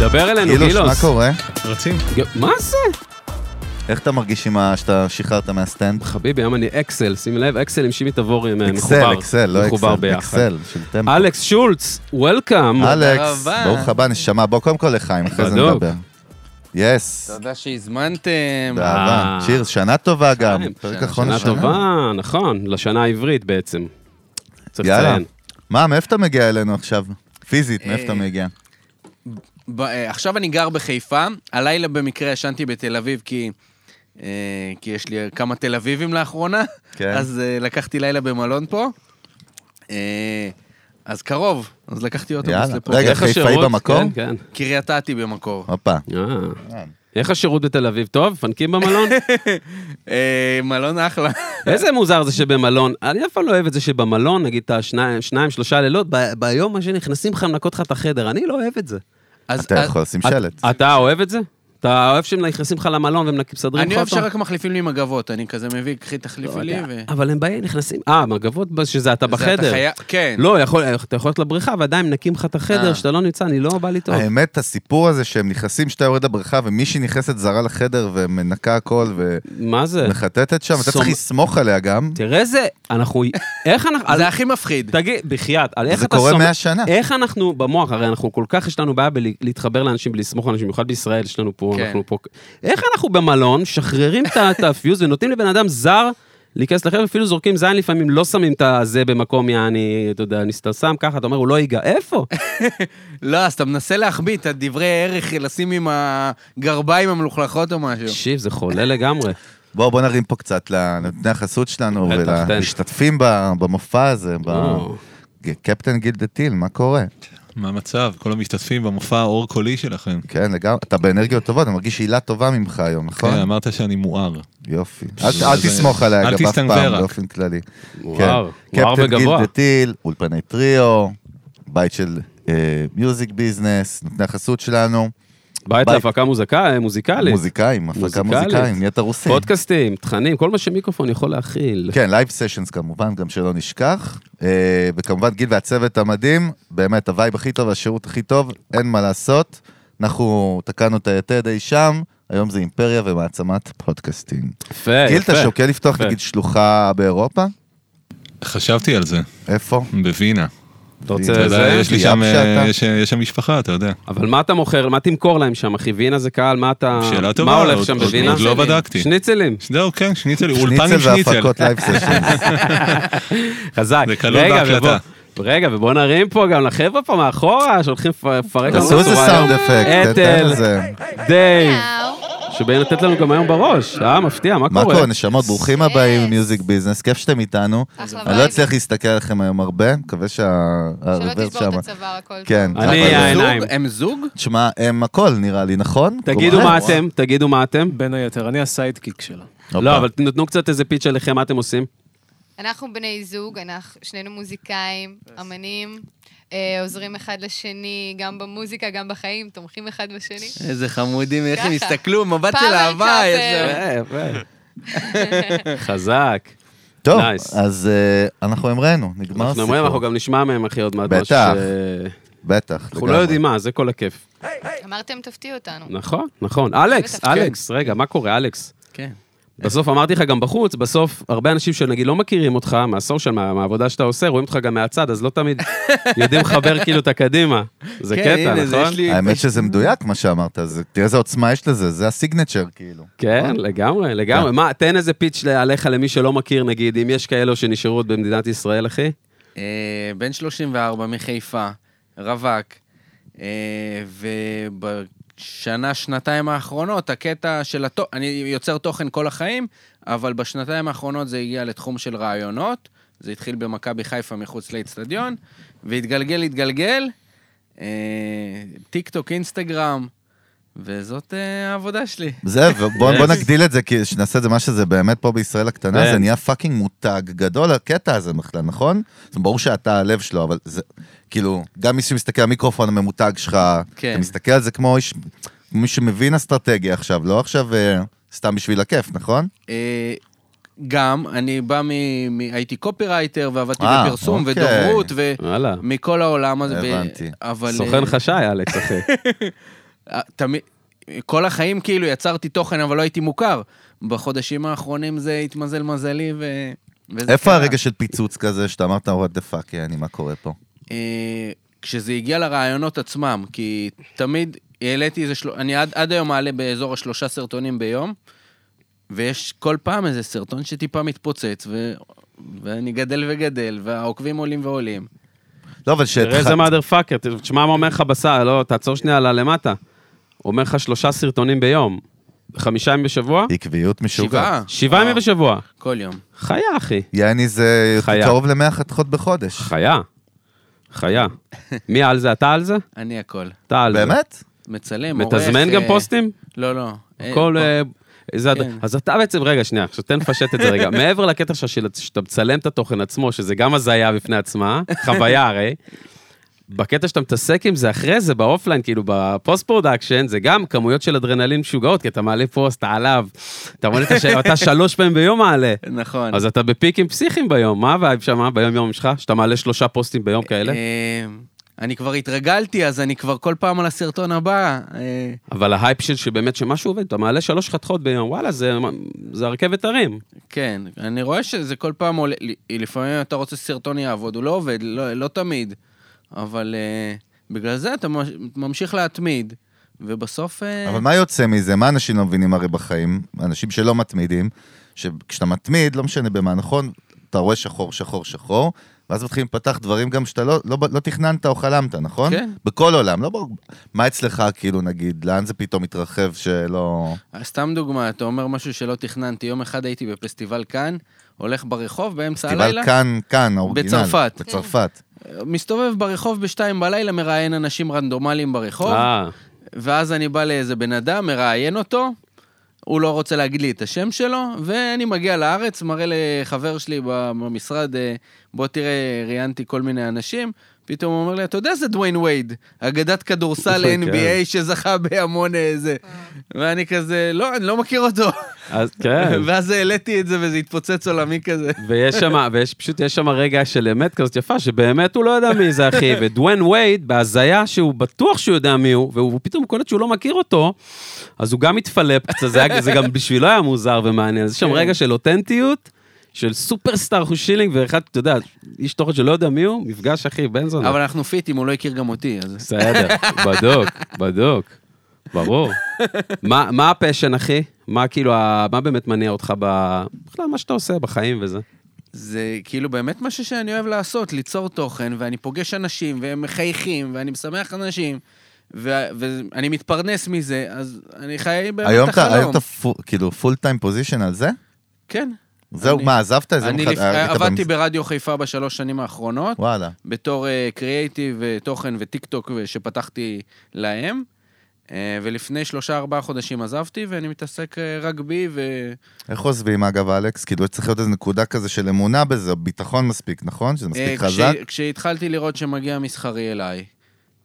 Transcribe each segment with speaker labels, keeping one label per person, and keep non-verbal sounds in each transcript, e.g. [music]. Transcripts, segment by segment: Speaker 1: דבר אלינו,
Speaker 2: אילוש, כאילו, מה
Speaker 1: גילוס.
Speaker 2: קורה?
Speaker 3: רצים.
Speaker 1: ג- מה זה?
Speaker 2: איך אתה מרגיש עם ה... שאתה שחררת מהסטנד?
Speaker 1: חביבי, היום אני אקסל, שים לב, אקסל עם שימי תבור אה,
Speaker 2: אקסל,
Speaker 1: מחובר.
Speaker 2: אקסל, לא
Speaker 1: מחובר
Speaker 2: אקסל,
Speaker 1: ביחד.
Speaker 2: אקסל, של טמפו.
Speaker 1: אלכס שולץ, וולקאם.
Speaker 2: אלכס, ברוך הבא, נשמה, בוא קודם כל לחיים, אחרי זה
Speaker 1: בדוק.
Speaker 2: נדבר. יס,
Speaker 4: תודה שהזמנתם.
Speaker 1: אה.
Speaker 2: באהבה. צ'ירס, שנה טובה גם,
Speaker 1: שנה,
Speaker 2: פרק
Speaker 4: שנה
Speaker 2: אחרון
Speaker 1: שנה
Speaker 2: לשנה.
Speaker 1: טובה, נכון, לשנה העברית בעצם. צריך
Speaker 2: יאללה.
Speaker 1: לציין.
Speaker 2: מה, מאיפה אתה מגיע אלינו עכשיו? פיזית, מאיפה
Speaker 4: אה,
Speaker 2: אתה מגיע?
Speaker 4: ב- אה, עכשיו אני גר בחיפה, הלילה במקרה ישנתי בתל אביב כי... אה, כי יש לי כמה תל אביבים לאחרונה,
Speaker 2: כן.
Speaker 4: אז אה, לקחתי לילה במלון פה. אה, אז קרוב, אז לקחתי אוטובוס
Speaker 2: יאללה.
Speaker 4: לפה.
Speaker 2: רגע,
Speaker 1: איך
Speaker 2: חיפאי
Speaker 1: השירות?
Speaker 2: במקום?
Speaker 1: כן,
Speaker 4: קריית אתי
Speaker 2: [laughs]
Speaker 4: במקור.
Speaker 2: הופה.
Speaker 1: כן. אה. איך השירות בתל אביב? טוב, מפנקים
Speaker 2: [laughs]
Speaker 1: במלון?
Speaker 4: אה, מלון אחלה.
Speaker 1: איזה מוזר זה שבמלון, אני אף פעם לא אוהב את זה שבמלון, נגיד את השניים, שניים, שלושה לילות, ב- ביום הזה נכנסים לך, לנקות לך את החדר, אני לא אוהב את זה.
Speaker 4: אז-
Speaker 2: אתה
Speaker 4: אז-
Speaker 2: יכול לשים שלט.
Speaker 1: את- אתה אוהב את זה? אתה אוהב שהם נכנסים לך למלון והם מסדרים
Speaker 4: אני
Speaker 1: לך
Speaker 4: אוהב
Speaker 1: אותו?
Speaker 4: שרק מחליפים לי מגבות, אני כזה מביא, קחי
Speaker 1: לא
Speaker 4: תחליפי לי
Speaker 1: יודע,
Speaker 4: ו...
Speaker 1: אבל הם באים, נכנסים, אה, מגבות, שזה אתה
Speaker 4: זה אתה
Speaker 1: בחדר.
Speaker 4: חייב- כן.
Speaker 1: לא, יכול- אתה יכול ללכת לבריכה, ועדיין מנקים לך את החדר,
Speaker 4: אה.
Speaker 1: שאתה לא נמצא, אני לא בא לי טוב.
Speaker 2: האמת, הסיפור הזה שהם נכנסים, שאתה יורד לבריכה ומישהי נכנסת זרה לחדר ומנקה הכל
Speaker 1: מה זה?
Speaker 4: נכון.
Speaker 2: ומחטטת שם, אתה
Speaker 1: סומ-
Speaker 2: צריך לסמוך עליה גם.
Speaker 1: תראה איזה, אנחנו, איך אנחנו, על-
Speaker 4: זה הכי מפחיד.
Speaker 1: תגיד, בחייאת, על איך אתה
Speaker 2: זה קורה
Speaker 1: סומך-
Speaker 2: 100 שנה.
Speaker 1: איך אנחנו במוח, הרי אנחנו כל כך, יש לנו בעיה בלהתחבר לאנשים, בלסמוך על אנשים, במיוחד בישראל, יש לנו פה,
Speaker 4: כן.
Speaker 1: אנחנו פה. איך אנחנו במלון, משחררים את ה- את הפיוז ונותנים לבן אדם זר להיכנס לחדר, אפילו זורקים זין לפעמים, לא שמים את הזה במקום, יעני, אתה יודע, אני סתם שם ככה, אתה אומר, הוא לא ייגע, איפה?
Speaker 4: לא, אז אתה מנסה להחביא את הדברי ערך, לשים עם הגרביים המלוכלכות או משהו.
Speaker 1: תקשיב, זה חולה לגמרי.
Speaker 2: בואו, בואו נרים פה קצת לנותני החסות שלנו
Speaker 1: בטח, תן.
Speaker 2: ולמשתתפים ב- במופע הזה, ב-
Speaker 1: או.
Speaker 2: קפטן גילדה טיל, מה קורה?
Speaker 3: מה המצב? כל המשתתפים במופע האור קולי שלכם.
Speaker 2: כן, לגמרי, אתה באנרגיות טובות, אני מרגיש הילה טובה ממך היום, נכון?
Speaker 3: כן, אמרת שאני מואר.
Speaker 2: יופי. אל- אל
Speaker 3: זה-
Speaker 2: תסמוך עליה,
Speaker 3: אל
Speaker 2: אגב, אף
Speaker 3: תסתנוור
Speaker 2: פעם,
Speaker 3: רק.
Speaker 2: באופן כללי.
Speaker 1: וואו,
Speaker 2: כן.
Speaker 1: וואו
Speaker 2: קפטן
Speaker 1: וגבוה.
Speaker 2: גילדה טיל, אולפני טריו, בית של אה, מיוזיק ביזנס, נותני החסות שלנו,
Speaker 1: בית
Speaker 2: בית.
Speaker 1: להפקה מוזיקה- אה, מוזיקלית,
Speaker 2: מוזיקאים, הפקה
Speaker 1: מוזיקלית.
Speaker 2: מוזיקאים, נהיית רוסי.
Speaker 1: פודקאסטים, תכנים, כל מה שמיקרופון יכול להכיל.
Speaker 2: [laughs] כן, לייב סשנס כמובן, גם שלא נשכח. אה, וכמובן גיל והצוות המדהים, באמת הווייב הכי טוב, השירות הכי טוב, אין מה לעשות. אנחנו תקענו את היתד אי שם, היום זה אימפריה ומעצמת פודקאסטים.
Speaker 1: יפה,
Speaker 2: גיל,
Speaker 1: יפה.
Speaker 2: אתה שוקל לפתוח
Speaker 1: יפה.
Speaker 2: נגיד שלוחה באירופה?
Speaker 3: חשבתי על זה,
Speaker 2: איפה?
Speaker 3: בווינה.
Speaker 1: אתה רוצה
Speaker 3: אתה יודע,
Speaker 1: זה?
Speaker 3: יש לי
Speaker 2: ים
Speaker 3: שם, אה,
Speaker 2: שאתה.
Speaker 3: יש- יש שם משפחה, אתה יודע.
Speaker 1: אבל מה אתה מוכר, מה תמכור להם שם, אחי? וינה זה קהל, מה אתה...
Speaker 3: שאלה
Speaker 1: אה, מה
Speaker 3: טובה,
Speaker 1: הולך
Speaker 3: עוד-
Speaker 1: שם
Speaker 3: עוד-
Speaker 1: בווינה?
Speaker 3: עוד לא בדקתי.
Speaker 1: שניצלים.
Speaker 3: זהו, כן, שניצל, אולפן
Speaker 2: שניצל
Speaker 3: עם שניצל.
Speaker 2: והפקות לייב סשנס.
Speaker 1: חזק.
Speaker 3: זה כלול
Speaker 1: רגע,
Speaker 3: בהקלטה.
Speaker 1: ובוא- רגע, ובוא נרים פה גם לחבר'ה פה מאחורה, שהולכים לפ- לפרק לנו
Speaker 2: תעשו איזה
Speaker 1: בצורה
Speaker 2: סאונד
Speaker 1: היום.
Speaker 2: אפקט, תן
Speaker 1: אתל,
Speaker 2: איזה.
Speaker 1: דייב, שבאים לתת לנו גם היום בראש. אה, מפתיע, מה
Speaker 2: מה
Speaker 1: קורה?
Speaker 2: קורה, נשמות? ברוכים הבאים
Speaker 5: Yes.
Speaker 2: למיוזיק ביזנס, כיף שאתם איתנו.
Speaker 5: אחלה
Speaker 2: אני לא
Speaker 5: וייב.
Speaker 2: אצליח להסתכל עליכם היום הרבה, מקווה
Speaker 5: שלא
Speaker 2: שהריברס
Speaker 5: תשבור את
Speaker 2: אה, שם.
Speaker 5: הצוואר, הכל טוב.
Speaker 2: כן.
Speaker 1: אני
Speaker 2: אבל-
Speaker 4: הם זוג?
Speaker 1: העיניים.
Speaker 4: הם זוג?
Speaker 2: תשמע, הם הכל נראה לי, נכון?
Speaker 1: תגידו
Speaker 2: קורה.
Speaker 1: מה אתם, תגידו מה אתם.
Speaker 6: בין היתר, אני הסיידקיק שלה.
Speaker 2: הופה.
Speaker 1: לא, אבל נתנו קצת איזה פיץ' עליכם, מה אתם עושים?
Speaker 5: אנחנו בני זוג, אנחנו שנינו מוזיקאים, אמנים, אה, עוזרים אחד לשני, גם במוזיקה, גם בחיים, תומכים אחד בשני.
Speaker 4: איזה חמודים, איך הם
Speaker 5: ככה.
Speaker 4: הסתכלו, מבט של
Speaker 5: פאוור
Speaker 4: אהבה.
Speaker 5: קאפל.
Speaker 4: יש שם.
Speaker 1: אה, יפה. חזק.
Speaker 2: טוב,
Speaker 1: Nice.
Speaker 2: אז אה, אנחנו המראנו, נגמר
Speaker 1: אנחנו אומרים, אנחנו
Speaker 2: הסיפור.
Speaker 1: גם נשמע מהם, אחי, עוד מעט.
Speaker 2: בטח.
Speaker 1: משהו ש-
Speaker 2: בטח.
Speaker 1: אנחנו לא
Speaker 2: לגמרי.
Speaker 1: יודעים מה, זה כל הכיף.
Speaker 5: אמרתם, תפתיעו אותנו.
Speaker 1: נכון, נכון. אלכס,
Speaker 5: בטח, כן.
Speaker 1: אלכס, רגע, מה קורה, אלכס?
Speaker 4: כן.
Speaker 1: בסוף אמרתי לך גם בחוץ, בסוף הרבה אנשים שנגיד לא מכירים אותך מהסושיאל, מה- מהעבודה שאתה עושה, רואים אותך גם מהצד, אז לא
Speaker 4: [laughs]
Speaker 1: תמיד יודעים לחבר כאילו את הקדימה. זה
Speaker 4: כן,
Speaker 1: קטע,
Speaker 4: הנה, זה
Speaker 1: נכון?
Speaker 4: יש לי-
Speaker 2: האמת שזה מדויק מה שאמרת, זה- תראה איזה עוצמה יש לזה, זה הסיגנצ'ר כאילו.
Speaker 4: נכון.
Speaker 1: כן, לגמרי, לגמרי. מה, תן איזה פיץ' עליך למי שלא מכיר, נגיד, אם יש כאלו שנשארו עוד במדינת ישראל, אחי.
Speaker 4: אה, בן 34 מחיפה, רווק, אה, ובשנה, שנתיים האחרונות, הקטע של התוכן, אני יוצר תוכן כל החיים, אבל בשנתיים האחרונות זה הגיע לתחום של רעיונות, זה התחיל במכבי חיפה מחוץ לאצטדיון, והתגלגל, התגלגל, אה, טיק טוק, אינסטגרם, וזאת אה, העבודה שלי.
Speaker 2: זה, ובוא בוא
Speaker 1: Yes.
Speaker 2: נגדיל את זה, כי שנעשה את זה מה שזה באמת פה בישראל הקטנה,
Speaker 1: כן.
Speaker 2: זה נהיה פאקינג מותג גדול, הקטע הזה בכלל, נכון? זאת אומרת, ברור שאתה הלב שלו, אבל זה, כאילו, גם מי שמסתכל על המיקרופון הממותג שלך,
Speaker 4: כן.
Speaker 2: אתה מסתכל על זה כמו איש, מי שמבין אסטרטגיה עכשיו, לא עכשיו אה, סתם בשביל הכיף, נכון?
Speaker 4: אה, גם, אני בא מ... מ... הייתי קופירייטר ועבדתי
Speaker 2: אה,
Speaker 4: בפרסום
Speaker 2: אוקיי.
Speaker 1: אה,
Speaker 4: ודוברות ו...
Speaker 1: וואלה.
Speaker 4: מכל העולם הזה. ו-
Speaker 2: הבנתי.
Speaker 4: אבל...
Speaker 1: סוכן
Speaker 4: אה,
Speaker 1: חשאי, אלכס, אחי.
Speaker 4: אה, תמיד... כל החיים כאילו יצרתי תוכן, אבל לא הייתי מוכר. בחודשים האחרונים זה התמזל מזלי ו... וזה
Speaker 2: איפה
Speaker 4: קרה.
Speaker 2: הרגע של פיצוץ כזה, שאתה אמרת, what the fuck, יעני, מה קורה פה?
Speaker 4: אה, כשזה הגיע לרעיונות עצמם, כי תמיד העליתי איזה של... אני עד, עד היום מעלה באזור השלושה סרטונים ביום, ויש כל פעם איזה סרטון שטיפה מתפוצץ, ו... ואני גדל וגדל, והעוקבים עולים ועולים.
Speaker 2: לא, אבל
Speaker 1: תראה איזה
Speaker 2: שהתחלת...
Speaker 1: מאדר פאקר, תשמע מה אומר לך בסל, לא, תעצור שנייה על הלמטה. הוא אומר לך שלושה סרטונים ביום, חמישה ימים בשבוע,
Speaker 2: עקביות משוגעת.
Speaker 4: שבעה.
Speaker 1: שבעה ימים בשבוע.
Speaker 4: כל יום.
Speaker 1: חיה, אחי.
Speaker 2: יעני זה
Speaker 1: חיה.
Speaker 2: קרוב ל-100 חתיכות בחודש.
Speaker 1: חיה. חיה. מי על זה? אתה על זה?
Speaker 4: אני הכל.
Speaker 1: אתה על זה.
Speaker 2: באמת?
Speaker 4: מצלם, עורך...
Speaker 1: מתזמן גם
Speaker 4: אה,
Speaker 1: פוסטים?
Speaker 4: לא, לא. אה,
Speaker 1: כל...
Speaker 4: פו-
Speaker 1: אה, זה הד-
Speaker 4: כן.
Speaker 1: אז אתה בעצם, רגע, שנייה, עכשיו תן לפשט את זה
Speaker 4: [laughs]
Speaker 1: רגע. מעבר לקטע של- של- שאתה מצלם את התוכן עצמו, שזה גם הזיה בפני עצמה, חוויה הרי, בקטע שאתה מתעסק עם זה אחרי זה, באופליין, כאילו בפוסט פרודקשן, זה גם כמויות של אדרנלין משוגעות, כי אתה מעלה פוסט, אתה עליו, אתה מעלה
Speaker 4: [laughs]
Speaker 1: את הש... אתה שלוש פעמים ביום מעלה.
Speaker 4: נכון.
Speaker 1: אז אתה בפיקים פסיכיים ביום, מה הווייב שם, ביום יום שלך? שאתה מעלה שלושה פוסטים ביום כאלה?
Speaker 4: אה, אני כבר התרגלתי, אז אני כבר כל פעם על הסרטון הבא. אה,
Speaker 1: אבל ההייפ של שבאמת שמשהו עובד, אתה מעלה שלוש חתיכות ביום, וואלה, זה, זה הרכבת הרים.
Speaker 4: כן, אני רואה שזה כל פעם עולה, אה, לפעמים אתה רוצה סרטון יעבוד, הוא לא עובד, לא, לא תמיד, אבל uh, בגלל זה אתה מש- ממשיך להתמיד, ובסוף... אה,
Speaker 2: אבל מה יוצא מזה? מה אנשים לא מבינים הרי בחיים? אנשים שלא מתמידים, שכשאתה מתמיד, לא משנה במה, נכון? אתה רואה שחור, שחור, שחור, ואז מתחילים לפתח דברים גם שאתה לא, לא, לא תכננת או חלמת, נכון?
Speaker 4: כן.
Speaker 2: בכל עולם, לא ברור. מה אצלך, כאילו, נגיד, לאן זה פתאום מתרחב שלא...
Speaker 4: אז סתם דוגמה, אתה אומר משהו שלא תכננתי, יום אחד הייתי בפסטיבל כאן, הולך ברחוב באמצע
Speaker 2: פסטיבל
Speaker 4: הלילה,
Speaker 2: כאן, כאן, האורגינל.
Speaker 4: בצרפת.
Speaker 2: בצרפת.
Speaker 4: מסתובב ברחוב בשתיים בלילה, מראיין אנשים רנדומליים ברחוב,
Speaker 1: אה,
Speaker 4: ואז אני בא לאיזה בן אדם, מראיין אותו, הוא לא רוצה להגיד לי את השם שלו, ואני מגיע לארץ, מראה לחבר שלי במשרד, אה, בוא תראה, ראיינתי כל מיני אנשים, פתאום הוא אומר לי, אתה יודע זה דוויין וייד, אגדת כדורסל
Speaker 1: כן.
Speaker 4: NBA שזכה בהמון אה, זה. ואני כזה, לא, אני לא מכיר אותו.
Speaker 1: אז
Speaker 4: [laughs]
Speaker 1: כן. לא,
Speaker 4: ואז העליתי את זה וזה התפוצץ עולמי כזה.
Speaker 1: ויש שם, ויש פשוט, יש שם רגע של אמת כזאת יפה, שבאמת הוא לא יודע מי זה אחי, ודואן וייד, בהזיה שהוא בטוח שהוא יודע מי הוא, והוא פתאום קולט שהוא לא מכיר אותו, אז הוא גם התפלפ קצת, זה, היה- זה גם בשבילו היה מוזר ומעניין, אז יש שם רגע של אותנטיות, של סופרסטאר חושילינג, ואחד, אתה יודע, איש תוכן שלא יודע מי הוא, מפגש אחי, בן זונה.
Speaker 4: אבל אנחנו פיטים, הוא לא הכיר גם אותי, אז...
Speaker 1: בסדר, בדוק, בדוק, ברור. מה מה הפשן, אחי? מה כאילו, ה- מה באמת מניע אותך ב- בכלל, מה שאתה עושה בחיים וזה?
Speaker 4: זה כאילו באמת משהו שאני אוהב לעשות, ליצור תוכן, ואני פוגש אנשים, והם מחייכים, ואני משמח אנשים, ו- ואני מתפרנס מזה, אז אני חי באמת
Speaker 2: היום אתה,
Speaker 4: החלום.
Speaker 2: היום אתה פו- כאילו פול טיים פוזיישן על זה?
Speaker 4: כן.
Speaker 2: זהו,
Speaker 4: אני-
Speaker 2: מה, עזבת את אה, זה?
Speaker 4: אני
Speaker 2: יום
Speaker 4: לפ...
Speaker 2: אחד- היית
Speaker 4: עבדתי
Speaker 2: במס-
Speaker 4: ברדיו חיפה בשלוש שנים האחרונות,
Speaker 2: וואלה.
Speaker 4: בתור אה, קריאייטיב, תוכן וטיק טוק ו- שפתחתי להם, אה, ולפני שלושה-ארבעה חודשים עזבתי, ואני מתעסק אה, רק בי, ו...
Speaker 2: איך עוזבים, אגב, אלכס? כאילו, צריך להיות איזו נקודה כזה של אמונה בזה, או ביטחון מספיק, נכון? שזה
Speaker 4: אה,
Speaker 2: מספיק
Speaker 4: כש-
Speaker 2: חזק?
Speaker 4: כשהתחלתי לראות שמגיע מסחרי אליי,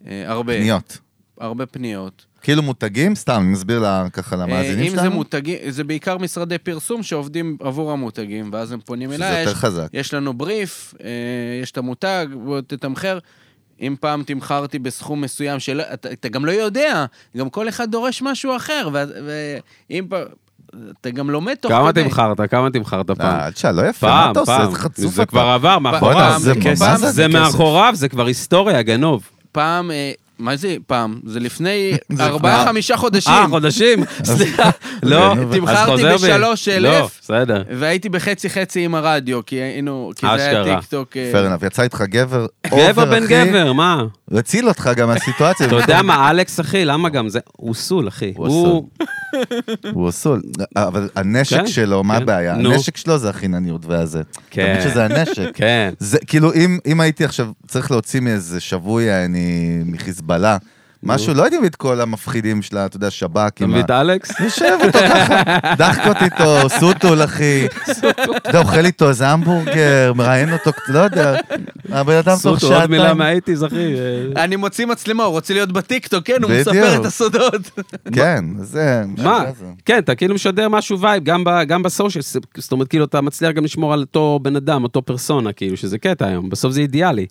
Speaker 4: אה, הרבה,
Speaker 2: קניות.
Speaker 4: הרבה פניות.
Speaker 2: כאילו מותגים? סתם, אני מסביר לה ככה
Speaker 1: אה,
Speaker 2: למאזינים
Speaker 4: אם זה
Speaker 2: שלנו.
Speaker 4: מותגים, זה בעיקר משרדי פרסום שעובדים עבור המותגים, ואז הם פונים
Speaker 2: שזה
Speaker 1: אה,
Speaker 4: אליי, יש,
Speaker 2: יותר חזק.
Speaker 4: יש לנו בריף, אה, יש את המותג, בוא תתמחר. אם פעם תמכרתי בסכום מסוים שלא, אתה, אתה גם לא יודע, גם כל אחד דורש משהו אחר, ו- ואם פעם, אתה גם לומד תוך
Speaker 1: כמה תמכרת? כמה תמכרת
Speaker 2: לא,
Speaker 1: פעם?
Speaker 2: אל תשאל, לא יפה, מה
Speaker 1: אה, פעם,
Speaker 2: אתה עושה?
Speaker 1: פעם.
Speaker 2: איזה חצוף
Speaker 1: זה
Speaker 2: אתה.
Speaker 1: כבר עבר, מאחוריו.
Speaker 2: בואנה, זה
Speaker 1: כסף.
Speaker 2: מה זה,
Speaker 1: זה
Speaker 2: זה כסף.
Speaker 1: מאחוריו, זה כבר היסטוריה, גנוב.
Speaker 4: פעם, אה, מה זה פעם? זה
Speaker 2: [laughs]
Speaker 4: לפני
Speaker 2: זה כבר-
Speaker 4: ארבעה-חמישה חודשים,
Speaker 1: אה,
Speaker 2: [laughs]
Speaker 1: חודשים? סליחה. לא,
Speaker 2: גנוב.
Speaker 1: אז
Speaker 4: תמכרתי
Speaker 1: חוזר בי.
Speaker 4: בשלוש
Speaker 1: לא,
Speaker 4: אלף.
Speaker 1: בסדר.
Speaker 4: והייתי בחצי-חצי עם הרדיו, כי היינו, כי זה היה אה,
Speaker 1: אשכרה.
Speaker 4: טיק טוק.
Speaker 2: Fair enough, יצא איתך גבר,
Speaker 1: [laughs] גבר
Speaker 2: אובר,
Speaker 1: בן
Speaker 2: אחי.
Speaker 1: גבר, מה?
Speaker 2: הוא הציל אותך גם
Speaker 1: [laughs]
Speaker 2: מהסיטואציה.
Speaker 1: אתה
Speaker 2: [laughs]
Speaker 1: יודע מה, אלכס, אחי, למה גם זה? הוא סול, אחי.
Speaker 2: הוא
Speaker 1: הוא...
Speaker 2: הוא אסול. אה, אבל הנשק
Speaker 1: כן,
Speaker 2: שלו, מה
Speaker 1: כן.
Speaker 2: הבעיה?
Speaker 1: נו.
Speaker 2: הנשק שלו זה החינניות והזה.
Speaker 1: כן.
Speaker 2: כן. תמיד שזה הנשק.
Speaker 1: כן.
Speaker 2: זה כאילו, אם, אם הייתי עכשיו צריך להוציא מאיזה שבוי, אני מחיזבאללה, משהו, לא הייתי מביא את כל המפחידים שלה, אתה יודע, שב"כ,
Speaker 1: אתה
Speaker 2: עם
Speaker 1: מבין את
Speaker 2: ה-
Speaker 1: אלכס?
Speaker 2: יושב אותו ככה, דחקות
Speaker 1: [laughs]
Speaker 2: איתו, סוטול, אחי. אתה יודע, אוכל איתו איזה המבורגר, מראיין אותו, לא יודע. הבן אדם תוך
Speaker 1: סוטו, עוד מילה
Speaker 2: שעתיים.
Speaker 1: מהאייטיז,
Speaker 2: [laughs]
Speaker 1: אחי. אה,
Speaker 4: אני מוציא מצלמה, הוא רוצה להיות בטיקטוק, כן, הוא
Speaker 2: בדיוק.
Speaker 4: מספר את הסודות.
Speaker 2: כן, זה...
Speaker 1: מה?
Speaker 2: זה.
Speaker 1: כן, אתה כאילו משדר משהו וייב, גם, ב- גם בסושיאל, זאת אומרת, כאילו, אתה מצליח גם לשמור על אותו בן אדם, אותו פרסונה, כאילו, שזה קטע היום, בסוף זה אידיאלי.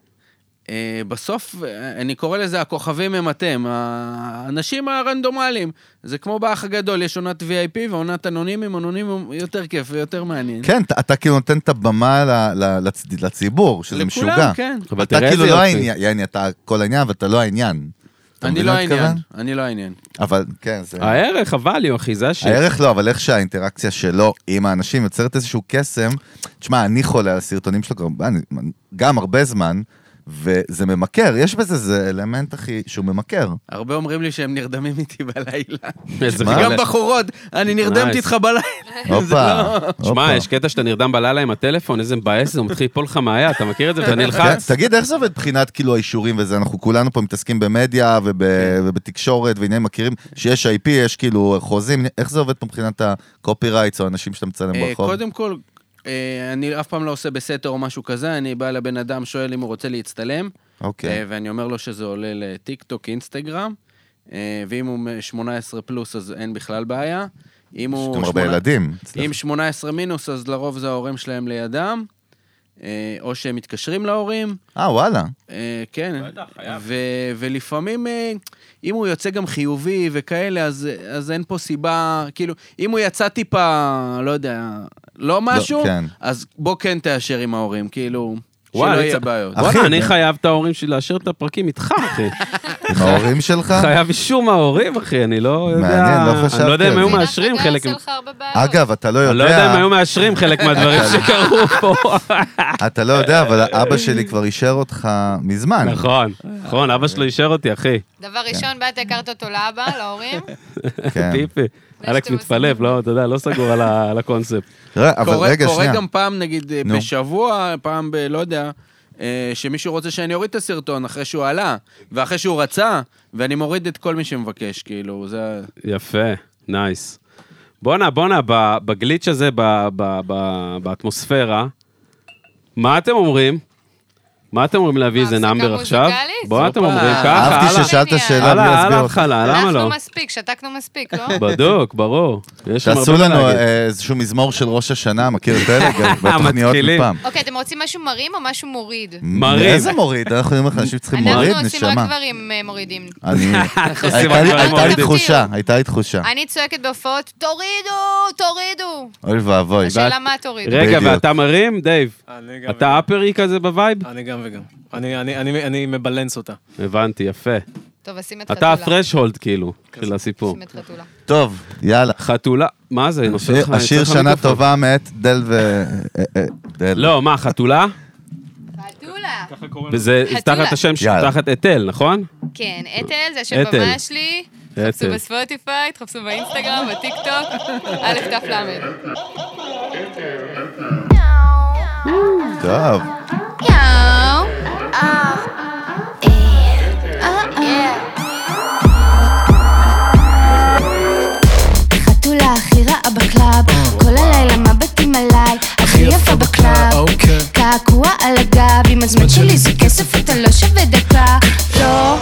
Speaker 4: אה, בסוף, אה, אני קורא לזה הכוכבים הם אתם, האנשים הרנדומליים. זה כמו באח הגדול, יש עונת VIP ועונת אנונימים, אנונימים יותר כיף ויותר מעניין.
Speaker 2: כן, אתה- אתה כאילו נותן את הבמה ל- ל- לצד- לציבור, שזה משוגע.
Speaker 4: לכולם, כן.
Speaker 1: אבל
Speaker 2: אתה
Speaker 1: תראה
Speaker 2: כאילו
Speaker 1: איזה
Speaker 2: לא
Speaker 1: יופי.
Speaker 2: העניין, יעני, אתה כל העניין, ואתה לא העניין. אתה
Speaker 4: אני
Speaker 2: מבין
Speaker 4: לא
Speaker 2: מה אני מתכוון?
Speaker 4: העניין, אני לא העניין.
Speaker 2: אבל כן, זה...
Speaker 1: הערך, הvalue, אחי, זה השיר.
Speaker 2: הערך לא, אבל איך שהאינטראקציה שלו עם האנשים יוצרת איזשהו קסם. תשמע, אני חולה על הסרטונים שלו כבר- אני- גם הרבה זמן, וזה ממכר, יש בזה, זה אלמנט, אחי, שהוא ממכר.
Speaker 4: הרבה אומרים לי שהם נרדמים איתי בלילה.
Speaker 1: איזה
Speaker 2: מה?
Speaker 1: חלק.
Speaker 4: גם בחורות, אני נרדמת
Speaker 1: Nice.
Speaker 4: איתך בלילה. [laughs] זה
Speaker 2: הופה,
Speaker 4: לא-
Speaker 1: שמע,
Speaker 2: הופה.
Speaker 1: יש קטע שאתה נרדם בלילה עם הטלפון, איזה מבאס, זה הוא מתחיל ליפול לך מהיד, אתה מכיר את זה? ואתה
Speaker 2: כן,
Speaker 1: נלחץ.
Speaker 2: תגיד, איך זה עובד מבחינת כאילו האישורים וזה? אנחנו כולנו פה מתעסקים במדיה וב-
Speaker 1: כן.
Speaker 2: ובתקשורת ועניינים מכירים שיש IP, יש כאילו חוזים, איך זה עובד פה מבחינת הקופי רייטס או אנשים שאתה מצלם
Speaker 4: אה,
Speaker 2: ברחוב?
Speaker 4: קודם כל, אה, אני אף פעם לא עושה בסתר או משהו כזה, אני בא לבן אדם, שואל אם הוא רוצה להצטלם,
Speaker 2: אוקיי.
Speaker 4: אה, ואני אומר לו שזה עולה לטיק טוק, אינסטגרם, אה, ואם הוא מ- 18 פלוס אז אין בכלל בעיה. אם
Speaker 2: יש
Speaker 4: הוא
Speaker 2: גם הרבה
Speaker 4: שמונה-
Speaker 2: ילדים.
Speaker 4: אם 18 מינוס, אז לרוב זה ההורים שלהם לידם, אה, או שהם מתקשרים להורים.
Speaker 2: אה, וואלה.
Speaker 4: אה, כן, ו- ולפעמים אה, אם הוא יוצא גם חיובי וכאלה, אז, אז אין פה סיבה, כאילו, אם הוא יצא טיפה, לא יודע, לא משהו,
Speaker 2: כן.
Speaker 4: אז בוא כן תאשר עם ההורים, כאילו,
Speaker 1: וואי,
Speaker 4: שלא
Speaker 1: אני
Speaker 4: יהיה
Speaker 1: צ-
Speaker 4: בעיות.
Speaker 2: אחי,
Speaker 1: וואלה, אני
Speaker 2: כן.
Speaker 1: חייב את ההורים שלי לאשר את הפרקים איתך, אחי.
Speaker 2: עם ההורים שלך?
Speaker 1: [laughs] חייב אישור מההורים, אחי, אני לא יודע...
Speaker 2: מעניין, לא חשבתי
Speaker 1: אני לא יודע
Speaker 2: על
Speaker 1: אם
Speaker 2: זה.
Speaker 1: היו
Speaker 2: זה
Speaker 1: מאשרים חלק...
Speaker 5: זה דווקא עושה לך הרבה בעיות.
Speaker 2: אגב, אתה לא
Speaker 1: אני לא יודע אם
Speaker 2: יודע, כן.
Speaker 1: היו מאשרים חלק מהדברים שקרו פה. [laughs]
Speaker 2: אתה לא יודע, אבל אבא שלי כבר אישר אותך מזמן.
Speaker 1: אה, נכון, נכון, אבא שלו אישר אותי, אחי.
Speaker 5: דבר
Speaker 1: כן.
Speaker 5: ראשון, באת, הכרת אותו לאבא, להורים.
Speaker 2: כן.
Speaker 1: טיפי.
Speaker 5: שאתם
Speaker 1: אלכס
Speaker 5: עושים.
Speaker 1: מתפלף, לא, אתה יודע, לא סגור על ה- על הקונספט.
Speaker 2: ר- אבל
Speaker 4: קורה,
Speaker 2: רגע,
Speaker 4: קורה
Speaker 2: שנייה.
Speaker 4: גם פעם, נגיד, אה,
Speaker 2: נו.
Speaker 4: בשבוע, פעם ב... לא יודע. אה, שמישהו רוצה שאני אוריד את הסרטון אחרי שהוא עלה, ואחרי שהוא רצה, ואני מוריד את כל מי שמבקש, כאילו, זה... ה-
Speaker 1: יפה, נייס. בואנה, בואנה, ב- בגליץ' הזה, ב- ב- ב- באטמוספירה, מה אתם אומרים? מה אתם אומרים להביא איזה
Speaker 5: אה, הפסקה
Speaker 1: נאמבר עכשיו?
Speaker 5: מוזיקלית?
Speaker 1: בואו אתם
Speaker 4: הופה.
Speaker 1: אומרים ככה,
Speaker 2: אהבתי
Speaker 1: הלאה,
Speaker 2: ששאלת שאלה בלי
Speaker 1: הלאה,
Speaker 2: להסביר
Speaker 1: הלאה,
Speaker 2: אותך.
Speaker 1: התחלה, [laughs] למה לא?
Speaker 5: אנחנו מספיק, שתקנו
Speaker 1: [laughs]
Speaker 5: מספיק, לא?
Speaker 1: בדוק, ברור. יש שם
Speaker 2: תעשו
Speaker 1: הרבה מה
Speaker 2: לנו
Speaker 1: להגיד.
Speaker 2: אה, איזשהו מזמור של ראש השנה, מכיר את אלה?
Speaker 1: [laughs]
Speaker 2: גם בתוכניות
Speaker 1: מתחילים.
Speaker 2: מפעם.
Speaker 5: אוקיי, אתם רוצים משהו מרים או משהו מוריד?
Speaker 1: מוריד.
Speaker 2: איזה מוריד? אנחנו אומרים לך, אנשים צריכים מוריד,
Speaker 5: אנחנו עושים רק
Speaker 2: נשמה.
Speaker 5: דברים אה, מורידים.
Speaker 2: אני...
Speaker 1: אנחנו עושים
Speaker 2: הייתה
Speaker 1: רק
Speaker 2: לי-
Speaker 1: דברים
Speaker 2: הייתה לי
Speaker 1: מורידים.
Speaker 2: תחושה, הייתה לי תחושה.
Speaker 5: אני צועקת בהופעות, תורידו, תורידו.
Speaker 2: אוי ואבוי.
Speaker 5: אה, השאלה מה תורידו.
Speaker 1: רגע,
Speaker 2: אה, בדיוק.
Speaker 1: ואתה מרים, דייב?
Speaker 6: אה, אני גם
Speaker 1: אתה אפרי כזה בווייב?
Speaker 6: וגם. אני גם וגם. אני- אני- אני אני מבלנס אותה.
Speaker 1: הבנתי, יפה.
Speaker 5: טוב, אז שים את
Speaker 1: אתה
Speaker 5: חתולה.
Speaker 1: הפרש-הולד, כאילו, של הסיפור.
Speaker 5: שים את חתולה.
Speaker 2: טוב, יאללה.
Speaker 1: חתולה, מה זה? נופל
Speaker 2: שיר-
Speaker 1: לך- יוצא
Speaker 2: השיר
Speaker 1: לך
Speaker 2: שנה
Speaker 1: מיקרופון.
Speaker 2: טובה מאת דל ו... אה, אה, דל.
Speaker 1: לא, מה, חתולה?
Speaker 5: חתולה.
Speaker 1: וזה
Speaker 5: חתולה.
Speaker 1: תחת השם, ש-
Speaker 2: יאללה.
Speaker 1: תחת אתל, נכון?
Speaker 5: כן, אתל זה השם
Speaker 1: אתל.
Speaker 5: במה שלי. חפשו
Speaker 1: אתל.
Speaker 5: בספוטיפיי, תחפשו באינסטגרם, בטיקטוק, א' ת' ל'.
Speaker 2: טוב.
Speaker 7: Yo. Oh. Yeah. Oh, חתולה הכי רעה בקלאב, כל הלילה מבטים עליי, הכי יפה בקלאב, אוקיי. קעקוע על הגב, אם הזמן שלי זה כסף אתה לא שווה דקה, לא.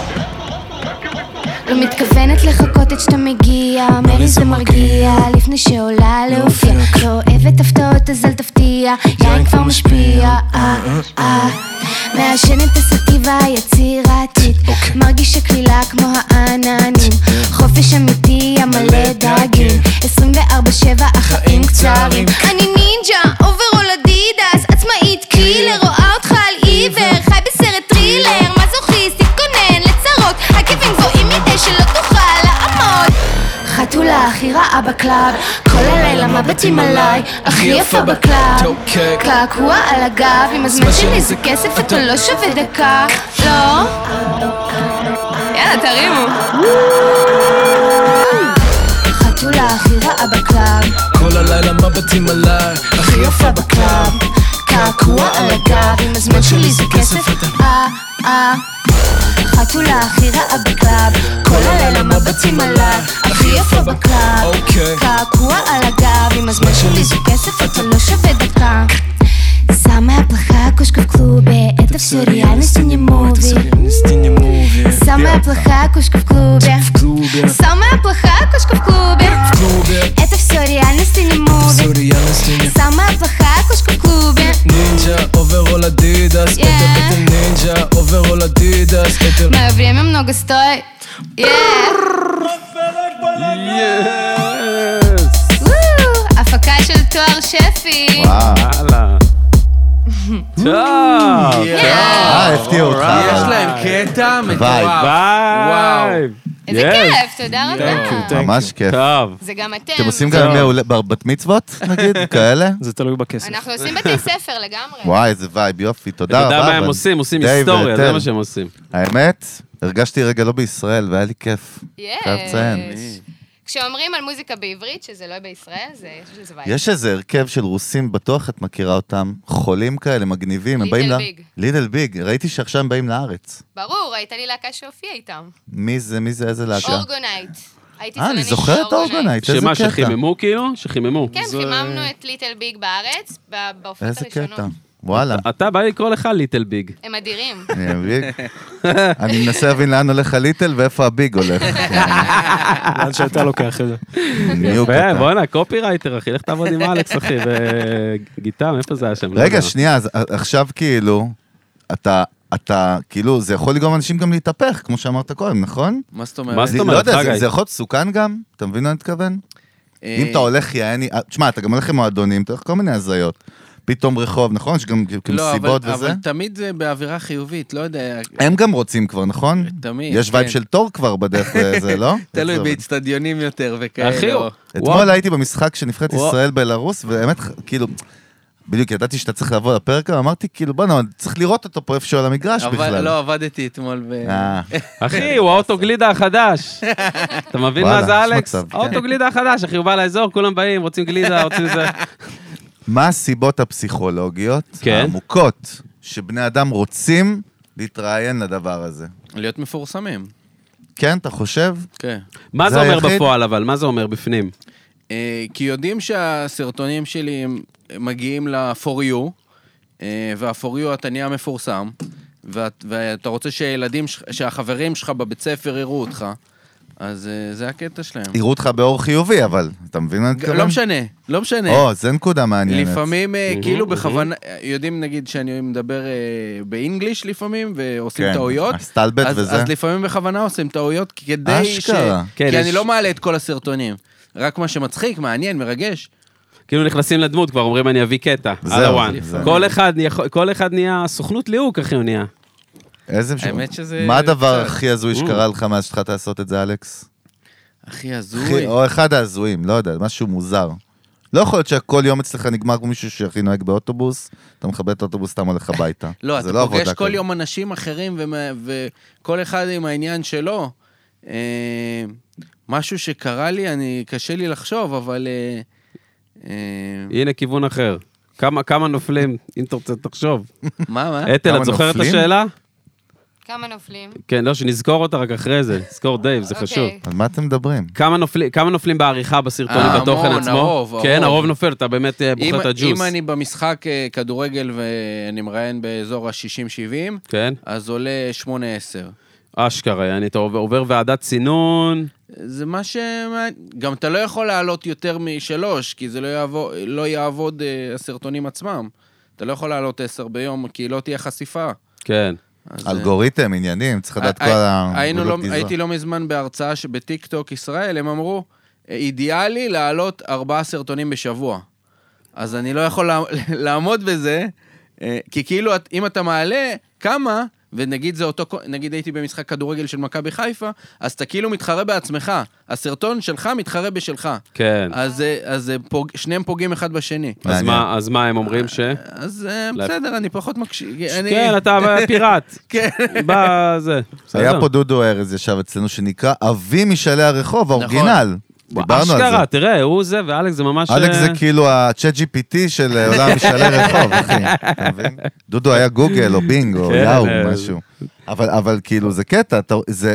Speaker 7: לא מתכוונת לחכות עד שאתה מגיע, מרי זה מרגיע, לפני שעולה להופיע. לא אוהבת הפתעות אז אל תפתיע, יין כבר משפיע, אה, אה. כן, אוקיי. מעשנת אסרטיבה יצירתית, מרגיש שקלילה כמו העננים. חופש אמיתי, המלא דאגים, 24-7 החיים קצרים. אני נינג'ה, אוברול אדידס, עצמאית קילר, רואה אותך על עיוור, חי בסרט טרילר, מזוכיסט, תתכונן לצרות, עקבים גבוהים מדי שלא תוכל לעמוד. חתולה הכי רעה בקלאב, כל הלילה מבטים עליי, הכי יפה בקלאב. קעקוע על הגב, אם הזמן שלי זה כסף, אתה לא שווה דקה, לא?
Speaker 5: יאללה, תרימו.
Speaker 7: חתולה הכי רעה בקלאב,
Speaker 8: כל הלילה מבטים עליי, הכי יפה בקלאב.
Speaker 7: קעקוע על הגב, אם הזמן שלי זה כסף, אה, אה. חתולה הכי רעה בקלאב, כל הלילה מבטים עליי, הכי יפה בקלאב.
Speaker 8: אוקיי.
Speaker 7: קעקוע על הגב, אם הזמן שלי זה כסף, אתה לא шеве дыка Самая плохая кошка в клубе Это все реальность, и не муви Самая плохая кошка в клубе
Speaker 8: клубе.
Speaker 7: Самая плохая кошка в клубе
Speaker 8: клубе,
Speaker 7: Это все реальность, и не муви
Speaker 8: סורי על הסטיני.
Speaker 7: Самая плохая кошка в клубе
Speaker 8: נינג'ה, אוברול אדידס,
Speaker 7: Yeah.
Speaker 8: מדברת עם נינג'ה, אוברול
Speaker 5: como que estoy. Yeah. וואו, הפקה של תואר שפי.
Speaker 2: וואו.
Speaker 1: הלאה. טוב.
Speaker 2: אה, הפתיע אותך.
Speaker 1: אוקיי.
Speaker 4: יש להם קטע מטורף.
Speaker 1: ביי.
Speaker 5: איזה
Speaker 1: Yes.
Speaker 5: כיף, תודה רבה.
Speaker 6: thank
Speaker 2: ממש כיף.
Speaker 1: טוב.
Speaker 5: זה גם אתם.
Speaker 1: כן.
Speaker 2: אתם עושים
Speaker 1: לא-
Speaker 2: גם מעולה- בר- בת מצוות,
Speaker 1: [laughs]
Speaker 2: נגיד, כאלה?
Speaker 6: זה תלוי
Speaker 2: [laughs]
Speaker 6: בכסף.
Speaker 5: אנחנו עושים בתי ספר לגמרי.
Speaker 2: וואי, איזה וייב, יופי,
Speaker 1: אתה
Speaker 2: תודה רבה.
Speaker 1: יודע מה הם
Speaker 2: אבל-
Speaker 1: עושים, עושים
Speaker 2: דייב
Speaker 1: היסטוריה, זה
Speaker 2: וטל.
Speaker 1: מה שהם עושים.
Speaker 2: האמת, הרגשתי רגע לא בישראל, והיה לי כיף.
Speaker 5: יש.
Speaker 2: חייב לציין.
Speaker 5: כשאומרים על מוזיקה בעברית, שזה לא בישראל, זה יש לזה בעיה.
Speaker 2: יש איזה הרכב של רוסים, בטוח את מכירה אותם, חולים כאלה, מגניבים, הם
Speaker 5: לידל
Speaker 2: באים ל...
Speaker 5: ביג.
Speaker 2: לידל ביג. ראיתי שעכשיו הם באים לארץ.
Speaker 5: ברור, הייתה לי להקה שהופיעה איתם.
Speaker 2: מי זה, מי זה, איזה להקה?
Speaker 5: אורגונייט. הייתי
Speaker 2: אה, אני
Speaker 5: סולנית של
Speaker 2: זוכר את האורגנייט, איזה
Speaker 1: שמה,
Speaker 2: קטע.
Speaker 1: שחיממו כאילו? שחיממו.
Speaker 5: כן, חיממנו את ליטל ביג בארץ, ב- בהופעות
Speaker 2: איזה
Speaker 5: הראשונות.
Speaker 2: קטע. וואלה.
Speaker 1: אתה בא לקרוא לך ליטל ביג.
Speaker 2: [laughs]
Speaker 5: הם אדירים.
Speaker 1: [laughs]
Speaker 2: אני מבין. אני מנסה להבין לאן הולך הליטל ואיפה
Speaker 1: [laughs]
Speaker 2: הביג הולך. כן,
Speaker 6: לאן שאתה לוקח את זה.
Speaker 2: ניו
Speaker 1: יפה,
Speaker 2: קטן.
Speaker 1: בואנה, קופי רייטר, אחי, לך תעבוד עם אלכס, אחי, וגיטה, מאיפה זה היה שם? לא יודע.
Speaker 2: רגע, שנייה, אז אה, עכשיו כאילו, אתה, אתה, כאילו, זה יכול לגרום לאנשים גם להתהפך, כמו שאמרת קודם, נכון?
Speaker 4: מה זאת
Speaker 1: מה
Speaker 4: אומרת?
Speaker 1: זאת
Speaker 2: אני
Speaker 1: אומרת,
Speaker 2: לא יודע,
Speaker 1: חגי?
Speaker 2: זה, זה יכול להיות מסוכן גם? אתה מבין מה אני מתכוון?
Speaker 4: אה.
Speaker 2: אם אתה הולך יעני, אה, תשמע, אתה גם הולך עם מועדונים, אתה הולך כל מיני הזיות. פתאום רחוב, נכון? יש גם כאילו
Speaker 4: לא, אבל-
Speaker 2: מסיבות וזה?
Speaker 4: אבל תמיד זה באווירה חיובית, לא יודע.
Speaker 2: הם גם רוצים כבר, נכון?
Speaker 4: תמיד.
Speaker 2: יש וייב
Speaker 4: כן.
Speaker 2: של תור כבר
Speaker 4: [laughs]
Speaker 2: בדרך לזה, לא?
Speaker 4: תלוי
Speaker 2: זה-
Speaker 4: באצטדיונים יותר
Speaker 1: אחי,
Speaker 4: וכאלה.
Speaker 2: אתמול הייתי במשחק של נבחרת
Speaker 1: וואו.
Speaker 2: ישראל בלרוס, והאמת, כאילו, בדיוק ידעתי שאתה צריך לבוא לפרק, אבל אמרתי, כאילו, בוא'נה, אני צריך לראות אותו פה איפשהו על המגרש
Speaker 4: אבל
Speaker 2: בכלל.
Speaker 4: לא עבדתי אתמול ב...
Speaker 2: אה,
Speaker 1: אחי, הוא האוטוגלידה החדש. אתה מבין
Speaker 2: וואלה,
Speaker 1: מה זה
Speaker 2: יש
Speaker 1: אלכס?
Speaker 2: מצב, כן.
Speaker 1: האוטוגלידה החדש, אחי, הוא בא לאזור, כולם באים, רוצים גלידה, רוצים זה.
Speaker 2: מה הסיבות הפסיכולוגיות
Speaker 1: כן.
Speaker 2: העמוקות שבני אדם רוצים להתראיין לדבר הזה?
Speaker 4: להיות מפורסמים.
Speaker 2: כן, אתה חושב?
Speaker 4: כן.
Speaker 1: מה
Speaker 2: זה
Speaker 1: זה אומר
Speaker 2: היחיד?
Speaker 1: בפועל, אבל? מה זה אומר בפנים?
Speaker 4: אה, כי יודעים שהסרטונים שלי הם מגיעים ל-for you, אה, וה-for you אתה נהיה מפורסם, ואת- ואתה רוצה שהילדים, שלך- שהחברים שלך בבית ספר יראו אותך, אז אה, זה הקטע שלהם.
Speaker 2: יראו אותך באור חיובי, אבל אתה מבין מה אני מתכוון?
Speaker 4: לא משנה, לא משנה.
Speaker 2: או, זה נקודה מעניינת.
Speaker 4: לפעמים אה,
Speaker 1: מהמם,
Speaker 4: כאילו
Speaker 1: מהמם.
Speaker 4: בכוונה, יודעים נגיד שאני מדבר אה, באינגליש לפעמים, ועושים
Speaker 2: כן,
Speaker 4: טעויות.
Speaker 2: הסטלבט
Speaker 4: אז-
Speaker 2: וזה.
Speaker 4: אז לפעמים בכוונה עושים טעויות כדי ש...
Speaker 2: אשכרה.
Speaker 1: כן,
Speaker 4: כי
Speaker 1: יש-
Speaker 4: אני לא מעלה את כל הסרטונים. רק מה שמצחיק, מעניין, מרגש.
Speaker 1: כאילו נכנסים לדמות, כבר אומרים אני אביא קטע.
Speaker 2: זהו,
Speaker 1: על הוואן.
Speaker 2: זהו.
Speaker 1: כל אחד יכול- כל אחד נהיה סוכנות ליהוק, אחי, הוא נהיה.
Speaker 2: איזה משהו.
Speaker 4: האמת שזה-
Speaker 2: מה הדבר
Speaker 4: קצת.
Speaker 2: הכי הזוי שקרה לך מאז שהתחלת לעשות את זה, אלכס?
Speaker 4: הכי
Speaker 2: הכי-
Speaker 4: הזוי.
Speaker 2: או אחד ההזויים, לא יודע, משהו מוזר. לא יכול להיות שכל יום אצלך נגמר כמו מישהו שהכי נוהג באוטובוס, אתה מכבה את האוטובוס, אתה הולך הביתה.
Speaker 4: לא,
Speaker 2: זה
Speaker 4: אתה פוגש
Speaker 2: עבודה
Speaker 4: כל
Speaker 2: כזאת.
Speaker 4: יום אנשים אחרים, ומ- וכל אחד עם העניין שלו. אה, משהו שקרה לי, אני, קשה לי לחשוב, אבל... אה, אה,
Speaker 1: הנה כיוון אחר. כמה- כמה נופלים, אם אתה רוצה, תחשוב.
Speaker 4: מה, מה?
Speaker 1: אתל,
Speaker 2: כמה
Speaker 1: את זוכרת את
Speaker 2: נופלים?
Speaker 1: השאלה?
Speaker 5: כמה נופלים?
Speaker 1: כן, לא, שנזכור אותה רק אחרי זה. נזכור דייב, זה
Speaker 5: אוקיי.
Speaker 1: חשוב.
Speaker 2: על מה אתם מדברים?
Speaker 1: כמה נופלים, כמה נופלים בעריכה בסרטונים
Speaker 4: אה,
Speaker 1: בתוכן
Speaker 4: המון,
Speaker 1: עצמו?
Speaker 4: הרוב,
Speaker 1: כן,
Speaker 4: הרוב.
Speaker 1: הרוב נופל, אתה באמת אה,
Speaker 4: אם-
Speaker 1: בוחר את הג'וס.
Speaker 4: אם אני במשחק אה, כדורגל ואני מראיין באזור ה-60-70,
Speaker 1: כן,
Speaker 4: אז עולה 8-10.
Speaker 1: אשכרה, יעני, אתה עובר- עובר ועדת צינון.
Speaker 4: זה מה ש... גם אתה לא יכול לעלות יותר משלוש, כי זה לא יעבוד, לא יעבוד אה, הסרטונים עצמם. אתה לא יכול לעלות עשר ביום, כי לא תהיה חשיפה.
Speaker 1: כן.
Speaker 4: אז, אה,
Speaker 2: אלגוריתם, עניינים, צריך לדעת כל
Speaker 4: הי-
Speaker 2: ה...
Speaker 4: היינו לא,
Speaker 2: גבולות גזרה.
Speaker 4: הייתי לא מזמן בהרצאה שבטיק טוק ישראל, הם אמרו, אידיאלי להעלות ארבעה סרטונים בשבוע. אז אני לא יכול לעמ- [laughs] לעמוד בזה, אה, כי כאילו, את- אם אתה מעלה כמה, ונגיד זה אותו, קו- נגיד הייתי במשחק כדורגל של מכבי חיפה, אז אתה כאילו מתחרה בעצמך. הסרטון שלך מתחרה בשלך.
Speaker 1: כן.
Speaker 4: אז, אה, אז אה, פוג, שניהם פוגעים אחד בשני.
Speaker 1: אז
Speaker 2: מעניין.
Speaker 1: מה, אז מה הם אומרים ש...
Speaker 4: אז אה,
Speaker 1: לא.
Speaker 4: בסדר, אני פחות מקשיב. אני...
Speaker 1: כן, אתה פיראט.
Speaker 4: [laughs] כן.
Speaker 1: בא זה.
Speaker 2: היה
Speaker 1: בסדר.
Speaker 2: פה דודו ארז ישב אצלנו, שנקרא אבי משאלי הרחוב,
Speaker 4: נכון.
Speaker 2: האורגינל. דיברנו על זה.
Speaker 1: אשכרה, תראה, הוא זה ואלכס זה ממש...
Speaker 2: אלכס
Speaker 1: אה,
Speaker 2: זה כאילו ה-chat GPT של אה,
Speaker 4: [laughs]
Speaker 2: עולם משאלי רחוב, אחי. אתה מבין? דודו היה גוגל או בינג או
Speaker 1: כן,
Speaker 2: יאו,
Speaker 1: אה,
Speaker 2: משהו. אבל- אבל כאילו זה קטע, אתה- זה...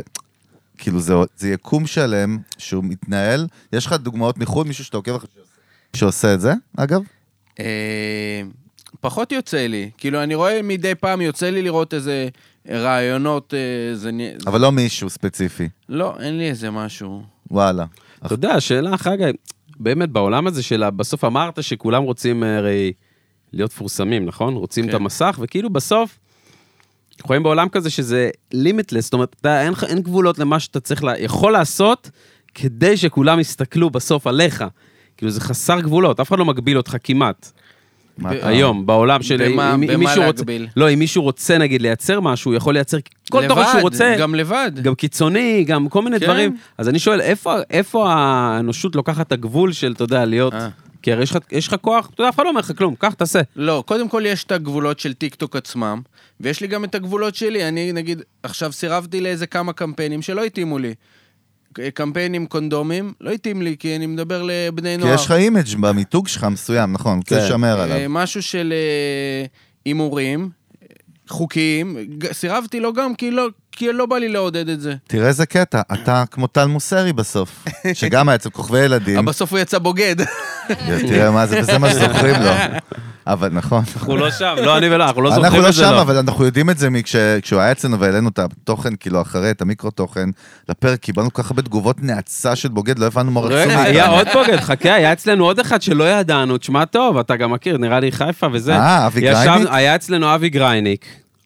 Speaker 2: כאילו זה, זה יקום שלם שהוא מתנהל, יש לך דוגמאות מחו"ל, מישהו שאתה עוקב אחרי שעושה- שעושה את זה, אגב?
Speaker 4: אה, פחות יוצא לי. כאילו, אני רואה מדי פעם, יוצא לי לראות איזה רעיונות, אה, זה נ... אבל...
Speaker 2: אבל לא מישהו ספציפי,
Speaker 4: לא, אין לי איזה משהו.
Speaker 2: וואלה.
Speaker 1: אתה יודע, השאלה, חגי, באמת, בעולם הזה של... ה- בסוף אמרת שכולם רוצים אה, הרי להיות מפורסמים, נכון? רוצים
Speaker 4: כן.
Speaker 1: את המסך, וכאילו בסוף, אנחנו חיים בעולם כזה שזה לימיטלס, זאת אומרת, אתה, אין, לך- אין גבולות למה שאתה צריך, לה, יכול לעשות כדי שכולם יסתכלו בסוף עליך. כאילו, זה חסר גבולות, אף אחד לא מגביל אותך כמעט.
Speaker 2: מה אתה-
Speaker 1: היום, בעולם של...
Speaker 4: במה-
Speaker 1: אם- אם
Speaker 4: במה
Speaker 1: מישהו רוצה-
Speaker 4: להגביל?
Speaker 1: לא, אם מישהו רוצה, נגיד, לייצר משהו, הוא יכול לייצר כל
Speaker 4: לבד,
Speaker 1: תוכן שהוא רוצה.
Speaker 4: גם לבד.
Speaker 1: גם קיצוני, גם כל מיני
Speaker 4: כן.
Speaker 1: דברים. אז אני שואל, איפה, איפה האנושות לוקחת את הגבול של, אתה יודע, להיות...
Speaker 4: אה.
Speaker 1: כי הרי יש לך- יש לך כוח, אתה יודע, אף אחד לא אומר לך כלום, קח, תעשה.
Speaker 4: לא, קודם כל יש את הגבולות של טיקטוק עצמם, ויש לי גם את הגבולות שלי. אני, נגיד, עכשיו סירבתי לאיזה כמה קמפיינים שלא התאימו לי. אה, קמפיינים קונדומים, לא התאים לי, כי אני מדבר לבני
Speaker 2: כי
Speaker 4: נוער.
Speaker 2: יש לך אימג' במיתוג שלך מסוים, נכון, רוצה
Speaker 1: כן.
Speaker 2: לשמר
Speaker 4: אה,
Speaker 2: עליו.
Speaker 4: משהו של אה, הימורים, אה, חוקיים. ג- סירבתי לו גם כי לא, כי לא בא לי לעודד את זה.
Speaker 2: תראה איזה קטע, אתה כמו טל מוסרי
Speaker 1: [laughs]
Speaker 2: בסוף, שגם היה אצל כוכבי ילדים,
Speaker 4: אבל בסוף הוא יצא בוגד.
Speaker 2: [laughs]
Speaker 4: אה,
Speaker 2: תראה מה זה, וזה מה שזוכרים לו. אבל נכון.
Speaker 1: אנחנו לא שם, לא אני ולא, אנחנו לא
Speaker 2: אנחנו
Speaker 1: זוכרים
Speaker 2: לא
Speaker 1: את זה,
Speaker 2: שם,
Speaker 1: לא.
Speaker 2: אבל אנחנו יודעים את זה מכש- כשהוא היה אצלנו והעלינו את התוכן, כאילו אחרי, את המיקרו תוכן, לפרק, קיבלנו כל כך הרבה תגובות נאצה של בוגד, לא הבנו מה רצו
Speaker 1: רגע, היה
Speaker 2: מאיתנו.
Speaker 1: עוד בוגד, חכה, היה אצלנו עוד אחד שלא ידענו, תשמע טוב, אתה גם מכיר, נראה לי חיפה וזה.
Speaker 2: אה, אבי
Speaker 1: ישב-
Speaker 2: גרייניק?
Speaker 1: היה אצלנו אבי גרייניק,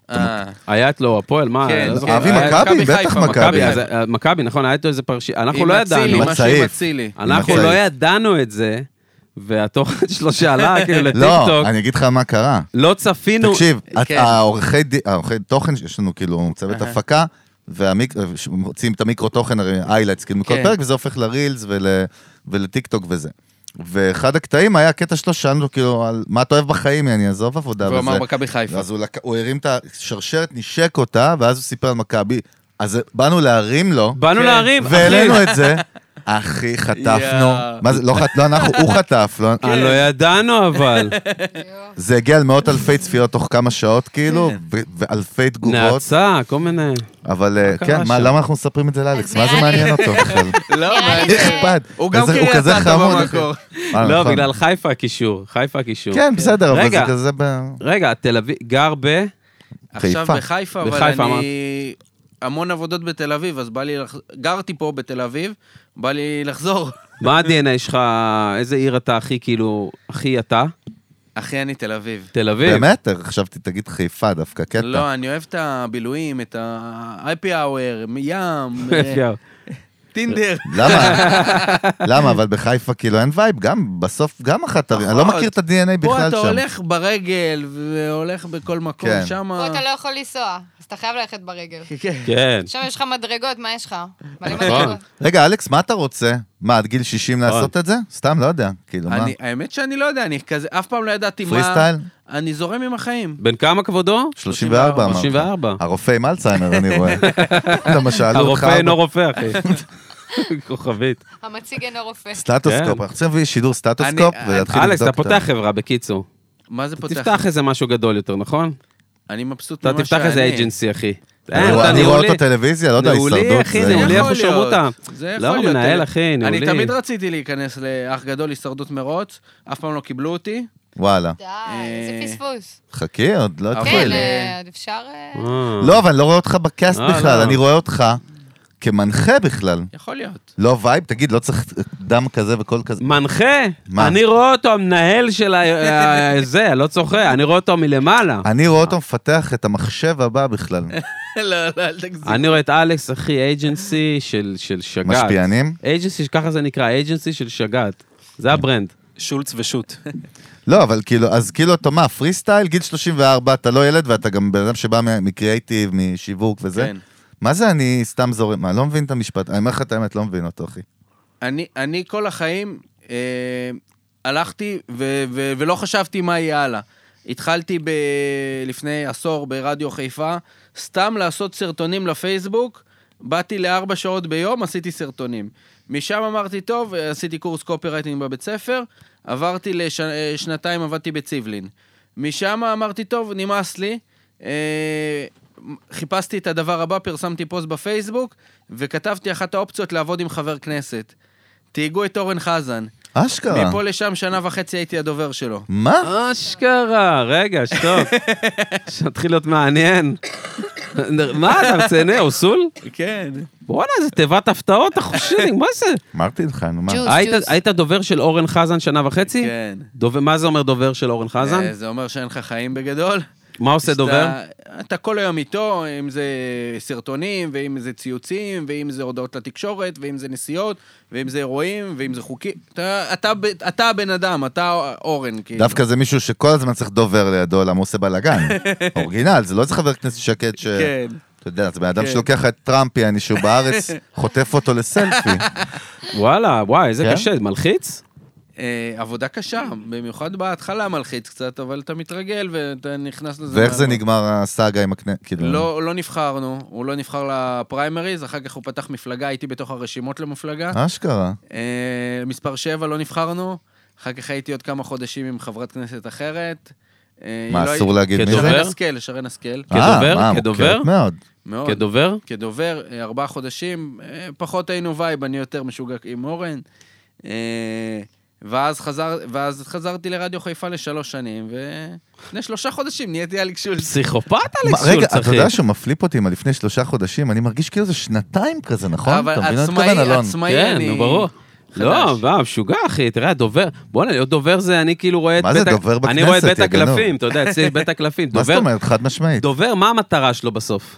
Speaker 4: אה,
Speaker 1: היה אצלו הפועל, מה?
Speaker 4: כן,
Speaker 1: לא
Speaker 4: כן.
Speaker 1: זוכר.
Speaker 2: אבי
Speaker 1: היה-
Speaker 2: מכבי? בטח
Speaker 4: חיפה,
Speaker 2: מכבי.
Speaker 1: מכבי, אז, אה, מכבי, נכון, היה איתו איזה פרשייה, אנחנו
Speaker 4: עם
Speaker 1: לא
Speaker 4: אצילי,
Speaker 1: ידענו,
Speaker 2: כן. עם
Speaker 4: משהו עם
Speaker 2: הצעיף.
Speaker 4: אצילי.
Speaker 1: אנחנו
Speaker 2: עם
Speaker 1: לא
Speaker 2: הצעיף.
Speaker 1: ידענו את זה, והתוכן שלו
Speaker 2: [laughs]
Speaker 1: שעלה כאילו
Speaker 2: לא,
Speaker 1: לטיקטוק,
Speaker 2: אני אגיד לך מה קרה.
Speaker 1: לא צפינו,
Speaker 2: תקשיב, את-
Speaker 4: כן.
Speaker 2: העורכי די- העורכי תוכן, יש לנו כאילו צוות הפקה, ומוציאים את המיקרו תוכן, הרי איילייטס, כאילו מכל
Speaker 4: כן.
Speaker 2: פרק, וזה הופך לרילס ול- ולטיק טוק וזה. ואחד הקטעים היה קטע שלו, שאלנו לו כאילו, על מה אתה אוהב בחיים, אני אעזוב עבודה וזה.
Speaker 4: והוא אמר מכבי חיפה.
Speaker 2: אז הוא לק- הוא הרים את השרשרת, נשק אותה, ואז הוא סיפר על מכבי. אז באנו להרים לו,
Speaker 1: באנו להרים, אחי.
Speaker 2: כן. והעלינו את זה. אחי, חטפנו.
Speaker 4: יאה. כן.
Speaker 2: מה זה, לא חט- לא אנחנו, הוא חטף. לא-
Speaker 1: אה, לא ידענו
Speaker 2: [laughs]
Speaker 1: אבל,
Speaker 2: זה הגיע למאות אלפי צפיות תוך כמה שעות,
Speaker 4: כן.
Speaker 2: כאילו, ו- ואלפי תגובות.
Speaker 1: נאצה, כל מיני,
Speaker 2: אבל אה,
Speaker 1: קרה
Speaker 2: כן, מה,
Speaker 1: שם?
Speaker 2: למה אנחנו מספרים את זה לאלכס?
Speaker 5: אז
Speaker 2: מה זה
Speaker 5: נראה לי-
Speaker 2: מעניין אותו בכלל?
Speaker 4: לא,
Speaker 5: נראה לי
Speaker 4: אבל-
Speaker 2: איך אכפת?
Speaker 4: הוא גם
Speaker 2: איזה-
Speaker 4: קריית
Speaker 2: כזה
Speaker 4: אתא
Speaker 2: חמוד, אחי.
Speaker 4: במקור.
Speaker 2: אה,
Speaker 1: לא,
Speaker 2: נכון.
Speaker 1: בגלל חיפה הקישור, חיפה הקישור.
Speaker 2: כן, בסדר, אבל זה
Speaker 1: רגע.
Speaker 2: כזה ב...
Speaker 1: רגע, תל אביב, גר ב...
Speaker 4: עכשיו
Speaker 2: חיפה.
Speaker 4: בחיפה, אבל
Speaker 1: בחיפה,
Speaker 4: אני... המון עבודות בתל אביב, אז בא לי... לח- גרתי פה בתל אביב, בא לי לחזור. [laughs]
Speaker 1: מה ה-DNA שלך, איזה עיר אתה הכי, כאילו, הכי אתה?
Speaker 4: אחי, אני תל אביב.
Speaker 1: תל אביב. [laughs]
Speaker 2: באמת? חשבתי, תגיד חיפה דווקא, קטע.
Speaker 4: לא, אני אוהב את הבילויים, את ה-IP hour, מ- ים, אה,
Speaker 1: [laughs] יפה.
Speaker 4: טינדר.
Speaker 2: למה? למה? אבל בחיפה כאילו אין וייב, גם בסוף, גם אחת, הרי- אני לא
Speaker 4: נכון.
Speaker 2: מכיר את ה-DNA
Speaker 4: פה
Speaker 2: בכלל
Speaker 4: אתה
Speaker 2: שם.
Speaker 4: הולך ברגל, והולך בכל מקום,
Speaker 2: כן.
Speaker 5: פה
Speaker 4: שמה...
Speaker 5: אתה לא יכול לנסוע, אז אתה חייב ללכת ברגל.
Speaker 4: כן.
Speaker 1: כן.
Speaker 5: שם יש לך מדרגות, מה
Speaker 2: [laughs]
Speaker 5: יש לך? מלא
Speaker 1: נכון.
Speaker 5: מדרגות.
Speaker 2: רגע, אלכס, מה אתה רוצה? מה, עד גיל 60 לעשות את זה? סתם, לא יודע. כאילו, מה?
Speaker 4: אני- האמת שאני לא יודע, אני כזה, אף פעם לא ידעתי מה...
Speaker 2: פרי סטייל?
Speaker 4: אני זורם עם החיים.
Speaker 1: בן כמה כבודו?
Speaker 2: 34 אמרת.
Speaker 1: 34.
Speaker 2: הרופא עם אלצהיימר, אני
Speaker 1: [laughs]
Speaker 2: רואה. למה שאלו אותך?
Speaker 1: הרופא אינו רופא, אחי.
Speaker 2: [laughs]
Speaker 1: כוכבית.
Speaker 5: המציג אינו רופא.
Speaker 2: סטטוסקופ,
Speaker 1: כן.
Speaker 2: אנחנו צריכים להביא שידור סטטוסקופ
Speaker 4: אני-
Speaker 2: ולהתחיל
Speaker 1: אלכס, אתה
Speaker 2: לבדוק
Speaker 1: פותח חברה, בקיצור.
Speaker 4: מה זה פותח?
Speaker 1: תפתח איזה משהו גדול יותר, נכון?
Speaker 4: אני מבסוט
Speaker 1: אתה
Speaker 4: ממה שאני.
Speaker 1: תפתח איזה אייג'נסי, אחי. אה,
Speaker 2: אני
Speaker 1: אתה
Speaker 2: רואה- אני רואה
Speaker 1: ניהולי.
Speaker 2: אותו טלוויזיה, לא יודע,
Speaker 1: נעולי,
Speaker 2: הישרדות.
Speaker 1: אחי,
Speaker 2: זה- נכון.
Speaker 1: נעולי.
Speaker 4: יכול
Speaker 1: איפה שרו
Speaker 4: להיות,
Speaker 1: אותה.
Speaker 4: זה
Speaker 1: לא,
Speaker 4: יכול להיות.
Speaker 1: מנהל, אחי, ניהולי.
Speaker 4: אני תמיד רציתי להיכנס לאח גדול הישרדות מרוץ, אף פעם לא קיבלו אותי.
Speaker 2: וואלה.
Speaker 5: די, איזה פספוס.
Speaker 2: חכי, עוד לא
Speaker 4: אבל-
Speaker 5: כן,
Speaker 2: התחיל.
Speaker 5: אה, עוד אפשר... אה,
Speaker 1: אה.
Speaker 2: לא, אבל אני לא רואה אותך בקאסט
Speaker 1: אה,
Speaker 2: בכלל,
Speaker 1: לא.
Speaker 2: אני רואה אותך כמנחה בכלל.
Speaker 4: יכול
Speaker 1: [laughs]
Speaker 4: להיות.
Speaker 2: לא וייב? תגיד, לא צריך דם כזה וקול כזה.
Speaker 1: מנחה,
Speaker 2: מה?
Speaker 1: אני רואה אותו המנהל של ה- ה- זה, לא צוחק, אני רואה אותו מלמעלה.
Speaker 2: אני רואה אותו מפתח את המחשב הבא
Speaker 1: [laughs]
Speaker 2: בכלל.
Speaker 4: לא, לא, אל תגזים.
Speaker 1: אני רואה את אלכס, אחי, אייג'נסי של של שגת.
Speaker 2: משפיענים?
Speaker 1: אייג'נסי, ככה זה נקרא, אייג'נסי של שגת. זה הברנד.
Speaker 6: שולץ ושות.
Speaker 2: לא, אבל כאילו, אז כאילו אתה מה, פרי סטייל? גיל 34, אתה לא ילד ואתה גם בן אדם שבא מ- מקריאייטיב, משיווק וזה.
Speaker 4: כן.
Speaker 2: מה זה אני סתם זורם? מה, אני לא מבין את המשפט. אני אומר לך את האמת, לא מבין אותו, אחי.
Speaker 4: אני, אני כל החיים אה, הלכתי ו, ו, ולא חשבתי מה יהיה הלאה. התחלתי ב, לפני עשור ברדיו חיפה, סתם לעשות סרטונים לפייסבוק, באתי לארבע שעות ביום, עשיתי סרטונים. משם אמרתי, טוב, עשיתי קורס קופירייטינג בבית ספר, עברתי לשנתיים, עבדתי בציבלין. משם אמרתי, טוב, נמאס לי. אה, חיפשתי את הדבר הבא, פרסמתי פוסט בפייסבוק, וכתבתי אחת האופציות לעבוד עם חבר כנסת. תהיגו את אורן חזן.
Speaker 2: אשכרה.
Speaker 4: מפה לשם שנה וחצי הייתי הדובר שלו.
Speaker 2: מה?
Speaker 1: אשכרה, רגע, שטוב. שתתחיל להיות מעניין. מה, אתה רציני, אוסול?
Speaker 4: כן.
Speaker 1: בואנה, זה תיבת הפתעות,
Speaker 4: [laughs]
Speaker 1: החושבים, מה זה?
Speaker 2: אמרתי לך, נו מה.
Speaker 5: ג'ו.
Speaker 1: היית-
Speaker 5: ג'וס.
Speaker 1: היית דובר של אורן חזן שנה וחצי?
Speaker 4: כן.
Speaker 1: דובר- מה זה אומר דובר של אורן חזן?
Speaker 4: אה, זה אומר שאין לך חיים בגדול.
Speaker 1: מה עושה
Speaker 4: שאתה-
Speaker 1: דובר?
Speaker 4: אתה כל היום איתו, אם זה סרטונים, ואם זה ציוצים, ואם זה הודעות לתקשורת, ואם זה נסיעות, ואם זה אירועים, ואם זה חוקים. אתה, אתה, ב- אתה הבן אדם, אתה אורן, כאילו.
Speaker 2: דווקא זה מישהו שכל הזמן צריך דובר לידו, למה הוא עושה
Speaker 4: [laughs]
Speaker 2: בלאגן. אורגינל, זה לא איזה חבר כנסת שקט ש...
Speaker 4: כן.
Speaker 2: אתה יודע, זה בן אדם
Speaker 4: כן.
Speaker 2: שלוקח את טראמפי, אני שהוא
Speaker 4: [laughs]
Speaker 2: בארץ, חוטף אותו לסלפי.
Speaker 1: וואלה, וואי, איזה
Speaker 2: כן?
Speaker 1: קשה, מלחיץ?
Speaker 4: אה, עבודה קשה, במיוחד בהתחלה מלחיץ קצת, אבל אתה מתרגל ואתה נכנס לזה.
Speaker 2: ואיך זה
Speaker 4: מה-
Speaker 2: נגמר הסאגה עם הכנסת? כאילו...
Speaker 4: נכון. לא, לא נבחרנו, הוא לא נבחר לפריימריז, אחר כך הוא פתח מפלגה, הייתי בתוך הרשימות למפלגה.
Speaker 2: אשכרה.
Speaker 4: אה, מספר 7 לא נבחרנו, אחר כך הייתי עוד כמה חודשים עם חברת כנסת אחרת. אה, היא
Speaker 2: מה,
Speaker 4: לא
Speaker 2: אסור
Speaker 4: הייתי-
Speaker 2: להגיד מי
Speaker 1: כדובר?
Speaker 2: זה?
Speaker 4: שרן השכל, שרן השכל.
Speaker 2: אה,
Speaker 1: כדובר?
Speaker 2: מה, מוכרת
Speaker 1: כדובר?
Speaker 2: מאוד.
Speaker 4: מאוד.
Speaker 1: כדובר?
Speaker 4: כדובר, אה, ארבעה חודשים, אה, פחות היינו וייב, אני יותר משוגע עם אורן. אה, ואז, חזר, ואז חזרתי לרדיו חיפה לשלוש שנים, ולפני שלושה חודשים נהייתי אלכס שולץ.
Speaker 1: פסיכופת
Speaker 2: מה,
Speaker 1: אלכס
Speaker 2: רגע,
Speaker 1: שולץ,
Speaker 2: אתה
Speaker 1: אחי.
Speaker 2: יודע שהוא מפליפ אותי עם הלפני שלושה חודשים? אני מרגיש כאילו זה שנתיים כזה, נכון?
Speaker 4: אבל
Speaker 2: אתה מבין מה אני
Speaker 4: עצמאי,
Speaker 2: מתכוון, אלון?
Speaker 4: עצמאי
Speaker 1: כן,
Speaker 4: אני...
Speaker 1: נו, ברור. לא, מה, משוגע, אחי, תראה, הדובר, בוא'נה, להיות דובר זה, אני כאילו רואה את
Speaker 2: מה זה
Speaker 1: בית ה-
Speaker 2: דובר
Speaker 1: אני רואה את
Speaker 2: בכנסת,
Speaker 1: בית
Speaker 2: יא גנוב?
Speaker 1: הקלפים, אתה יודע, אצלי יש בית הקלפים.
Speaker 2: [laughs] מה זאת
Speaker 1: דובר-
Speaker 2: אומרת? חד משמעית.
Speaker 1: דובר, מה המטרה שלו בסוף?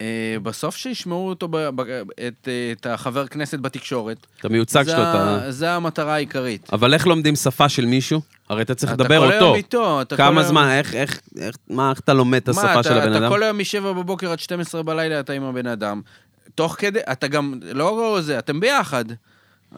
Speaker 4: אה, בסוף שישמעו אותו, ב, ב, את, אה, את החבר כנסת בתקשורת.
Speaker 1: את המיוצג
Speaker 4: זה
Speaker 1: שלו,
Speaker 4: ה-
Speaker 1: אתה...
Speaker 4: זה המטרה העיקרית.
Speaker 1: אבל איך לומדים שפה של מישהו? הרי אתה צריך
Speaker 4: אתה
Speaker 1: לדבר
Speaker 4: כל היום
Speaker 1: אותו.
Speaker 4: איתו, אתה כל
Speaker 1: כמה
Speaker 4: היום-
Speaker 1: זמן, איך, איך, איך, מה, איך אתה לומד את השפה של הבן
Speaker 4: אתה,
Speaker 1: אדם?
Speaker 4: אתה כל היום משבע בבוקר עד 12 בלילה אתה עם הבן אדם. תוך כדי, אתה גם, לא זה, אתם ביחד.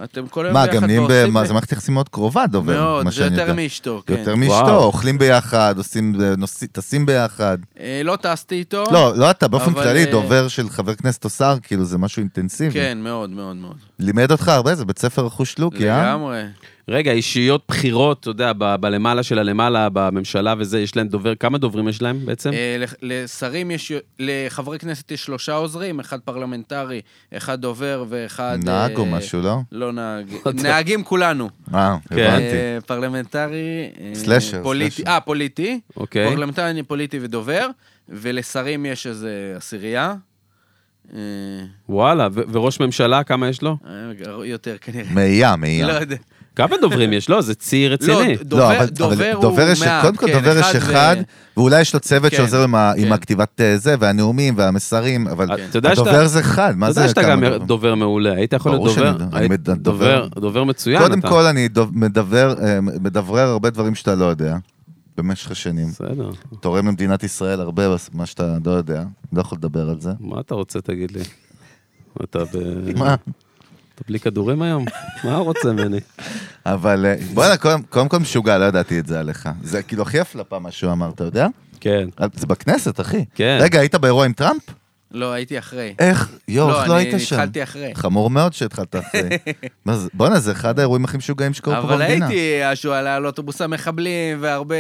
Speaker 4: אתם כל היום
Speaker 2: מה,
Speaker 4: ביחד.
Speaker 2: גם נהיים, ב-
Speaker 4: ועושים-
Speaker 2: מה, זה מערכת יחסים מאוד קרובה, דובר,
Speaker 4: מאוד,
Speaker 2: מה
Speaker 4: זה
Speaker 2: שאני
Speaker 4: יותר
Speaker 2: יודע.
Speaker 4: מאשתו, כן.
Speaker 2: יותר מאשתו,
Speaker 1: וואו.
Speaker 2: אוכלים ביחד, עושים, נוסעים, טסים ביחד.
Speaker 4: אה, לא טסתי איתו.
Speaker 2: לא, לא אתה, באופן
Speaker 4: אבל,
Speaker 2: כללי,
Speaker 4: אה,
Speaker 2: דובר של חבר כנסת או שר, כאילו זה משהו אינטנסיבי.
Speaker 4: כן, מאוד, מאוד, מאוד.
Speaker 2: לימד אותך הרבה, זה בית ספר רכוש לוקי, אה?
Speaker 4: לגמרי.
Speaker 1: רגע, אישיות בחירות, אתה יודע, ב- בלמעלה של הלמעלה, בממשלה וזה, יש להם דובר, כמה דוברים יש להם בעצם?
Speaker 4: אה, לח- לשרים יש, לחברי כנסת יש שלושה עוזרים, אחד פרלמנטרי, אחד דובר ואחד...
Speaker 2: נהג או
Speaker 4: אה,
Speaker 2: משהו, לא?
Speaker 1: [laughs]
Speaker 4: לא נהג.
Speaker 1: יודע.
Speaker 4: נהגים כולנו.
Speaker 2: אה,
Speaker 1: כן.
Speaker 2: הבנתי.
Speaker 4: אה, פרלמנטרי... אה,
Speaker 2: סלשר,
Speaker 4: פוליטי-
Speaker 2: סלשר.
Speaker 4: אה, פוליטי.
Speaker 1: אוקיי.
Speaker 4: פרלמנטרי, פוליטי ודובר, ולשרים יש איזה עשירייה. אה,
Speaker 1: וואלה, ו- וראש ממשלה, כמה יש לו?
Speaker 4: אה, יותר כנראה.
Speaker 2: מאייה,
Speaker 4: לא
Speaker 2: מאייה.
Speaker 4: יודע.
Speaker 1: כמה דוברים יש לו? זה צי רציני.
Speaker 4: לא, דובר,
Speaker 2: אבל-
Speaker 4: דובר
Speaker 2: אבל
Speaker 4: הוא
Speaker 2: דובר יש,
Speaker 4: מעט,
Speaker 2: קודם כל
Speaker 4: כן,
Speaker 2: דובר יש
Speaker 4: ו-
Speaker 2: אחד, ואולי יש לו צוות
Speaker 4: כן,
Speaker 2: שעוזר עם ה- עם
Speaker 4: כן.
Speaker 2: הכתיבת אה, זה, והנאומים והמסרים, אבל
Speaker 1: אתה יודע שאתה...
Speaker 2: הדובר זה אחד, מה
Speaker 1: אתה
Speaker 2: זה
Speaker 1: יודע שאתה
Speaker 2: כמה
Speaker 1: גם
Speaker 2: דוברים?
Speaker 1: דובר מעולה, היית יכול להיות
Speaker 2: ברור שאני
Speaker 1: דובר,
Speaker 2: יודע,
Speaker 1: היית
Speaker 2: אני מד-
Speaker 1: דובר,
Speaker 2: דובר.
Speaker 1: דובר מצוין.
Speaker 2: קודם
Speaker 1: אתה.
Speaker 2: כל, אני דוב- מדבר, אה, מדברר הרבה דברים שאתה לא יודע, במשך השנים.
Speaker 1: בסדר,
Speaker 2: תורם למדינת ישראל הרבה, בס- מה שאתה לא יודע, לא יכול
Speaker 1: [laughs]
Speaker 2: לדבר על זה.
Speaker 1: מה אתה רוצה, תגיד לי? אתה ב...
Speaker 2: מה?
Speaker 1: אתה בלי כדורים היום? מה הוא רוצה ממני?
Speaker 2: אבל אה, בוא'נה, קודם- קודם כל משוגע, לא ידעתי את זה עליך. זה כאילו הכי הפלפה מה שהוא אמר, אתה יודע?
Speaker 1: כן.
Speaker 2: זה בכנסת, אחי.
Speaker 1: כן.
Speaker 2: רגע, היית באירוע עם טראמפ?
Speaker 4: לא, הייתי אחרי.
Speaker 2: איך? אה, יואו, איך לא היית שם?
Speaker 4: אני התחלתי אחרי.
Speaker 2: חמור מאוד שהתחלת
Speaker 4: [laughs]
Speaker 2: אחרי. מה זה- בוא'נה, זה אחד האירועים הכי משוגעים שקרו פה
Speaker 4: אבל
Speaker 2: במדינה.
Speaker 4: הייתי אה, שהוא עלה על אוטובוס המחבלים, והרבה...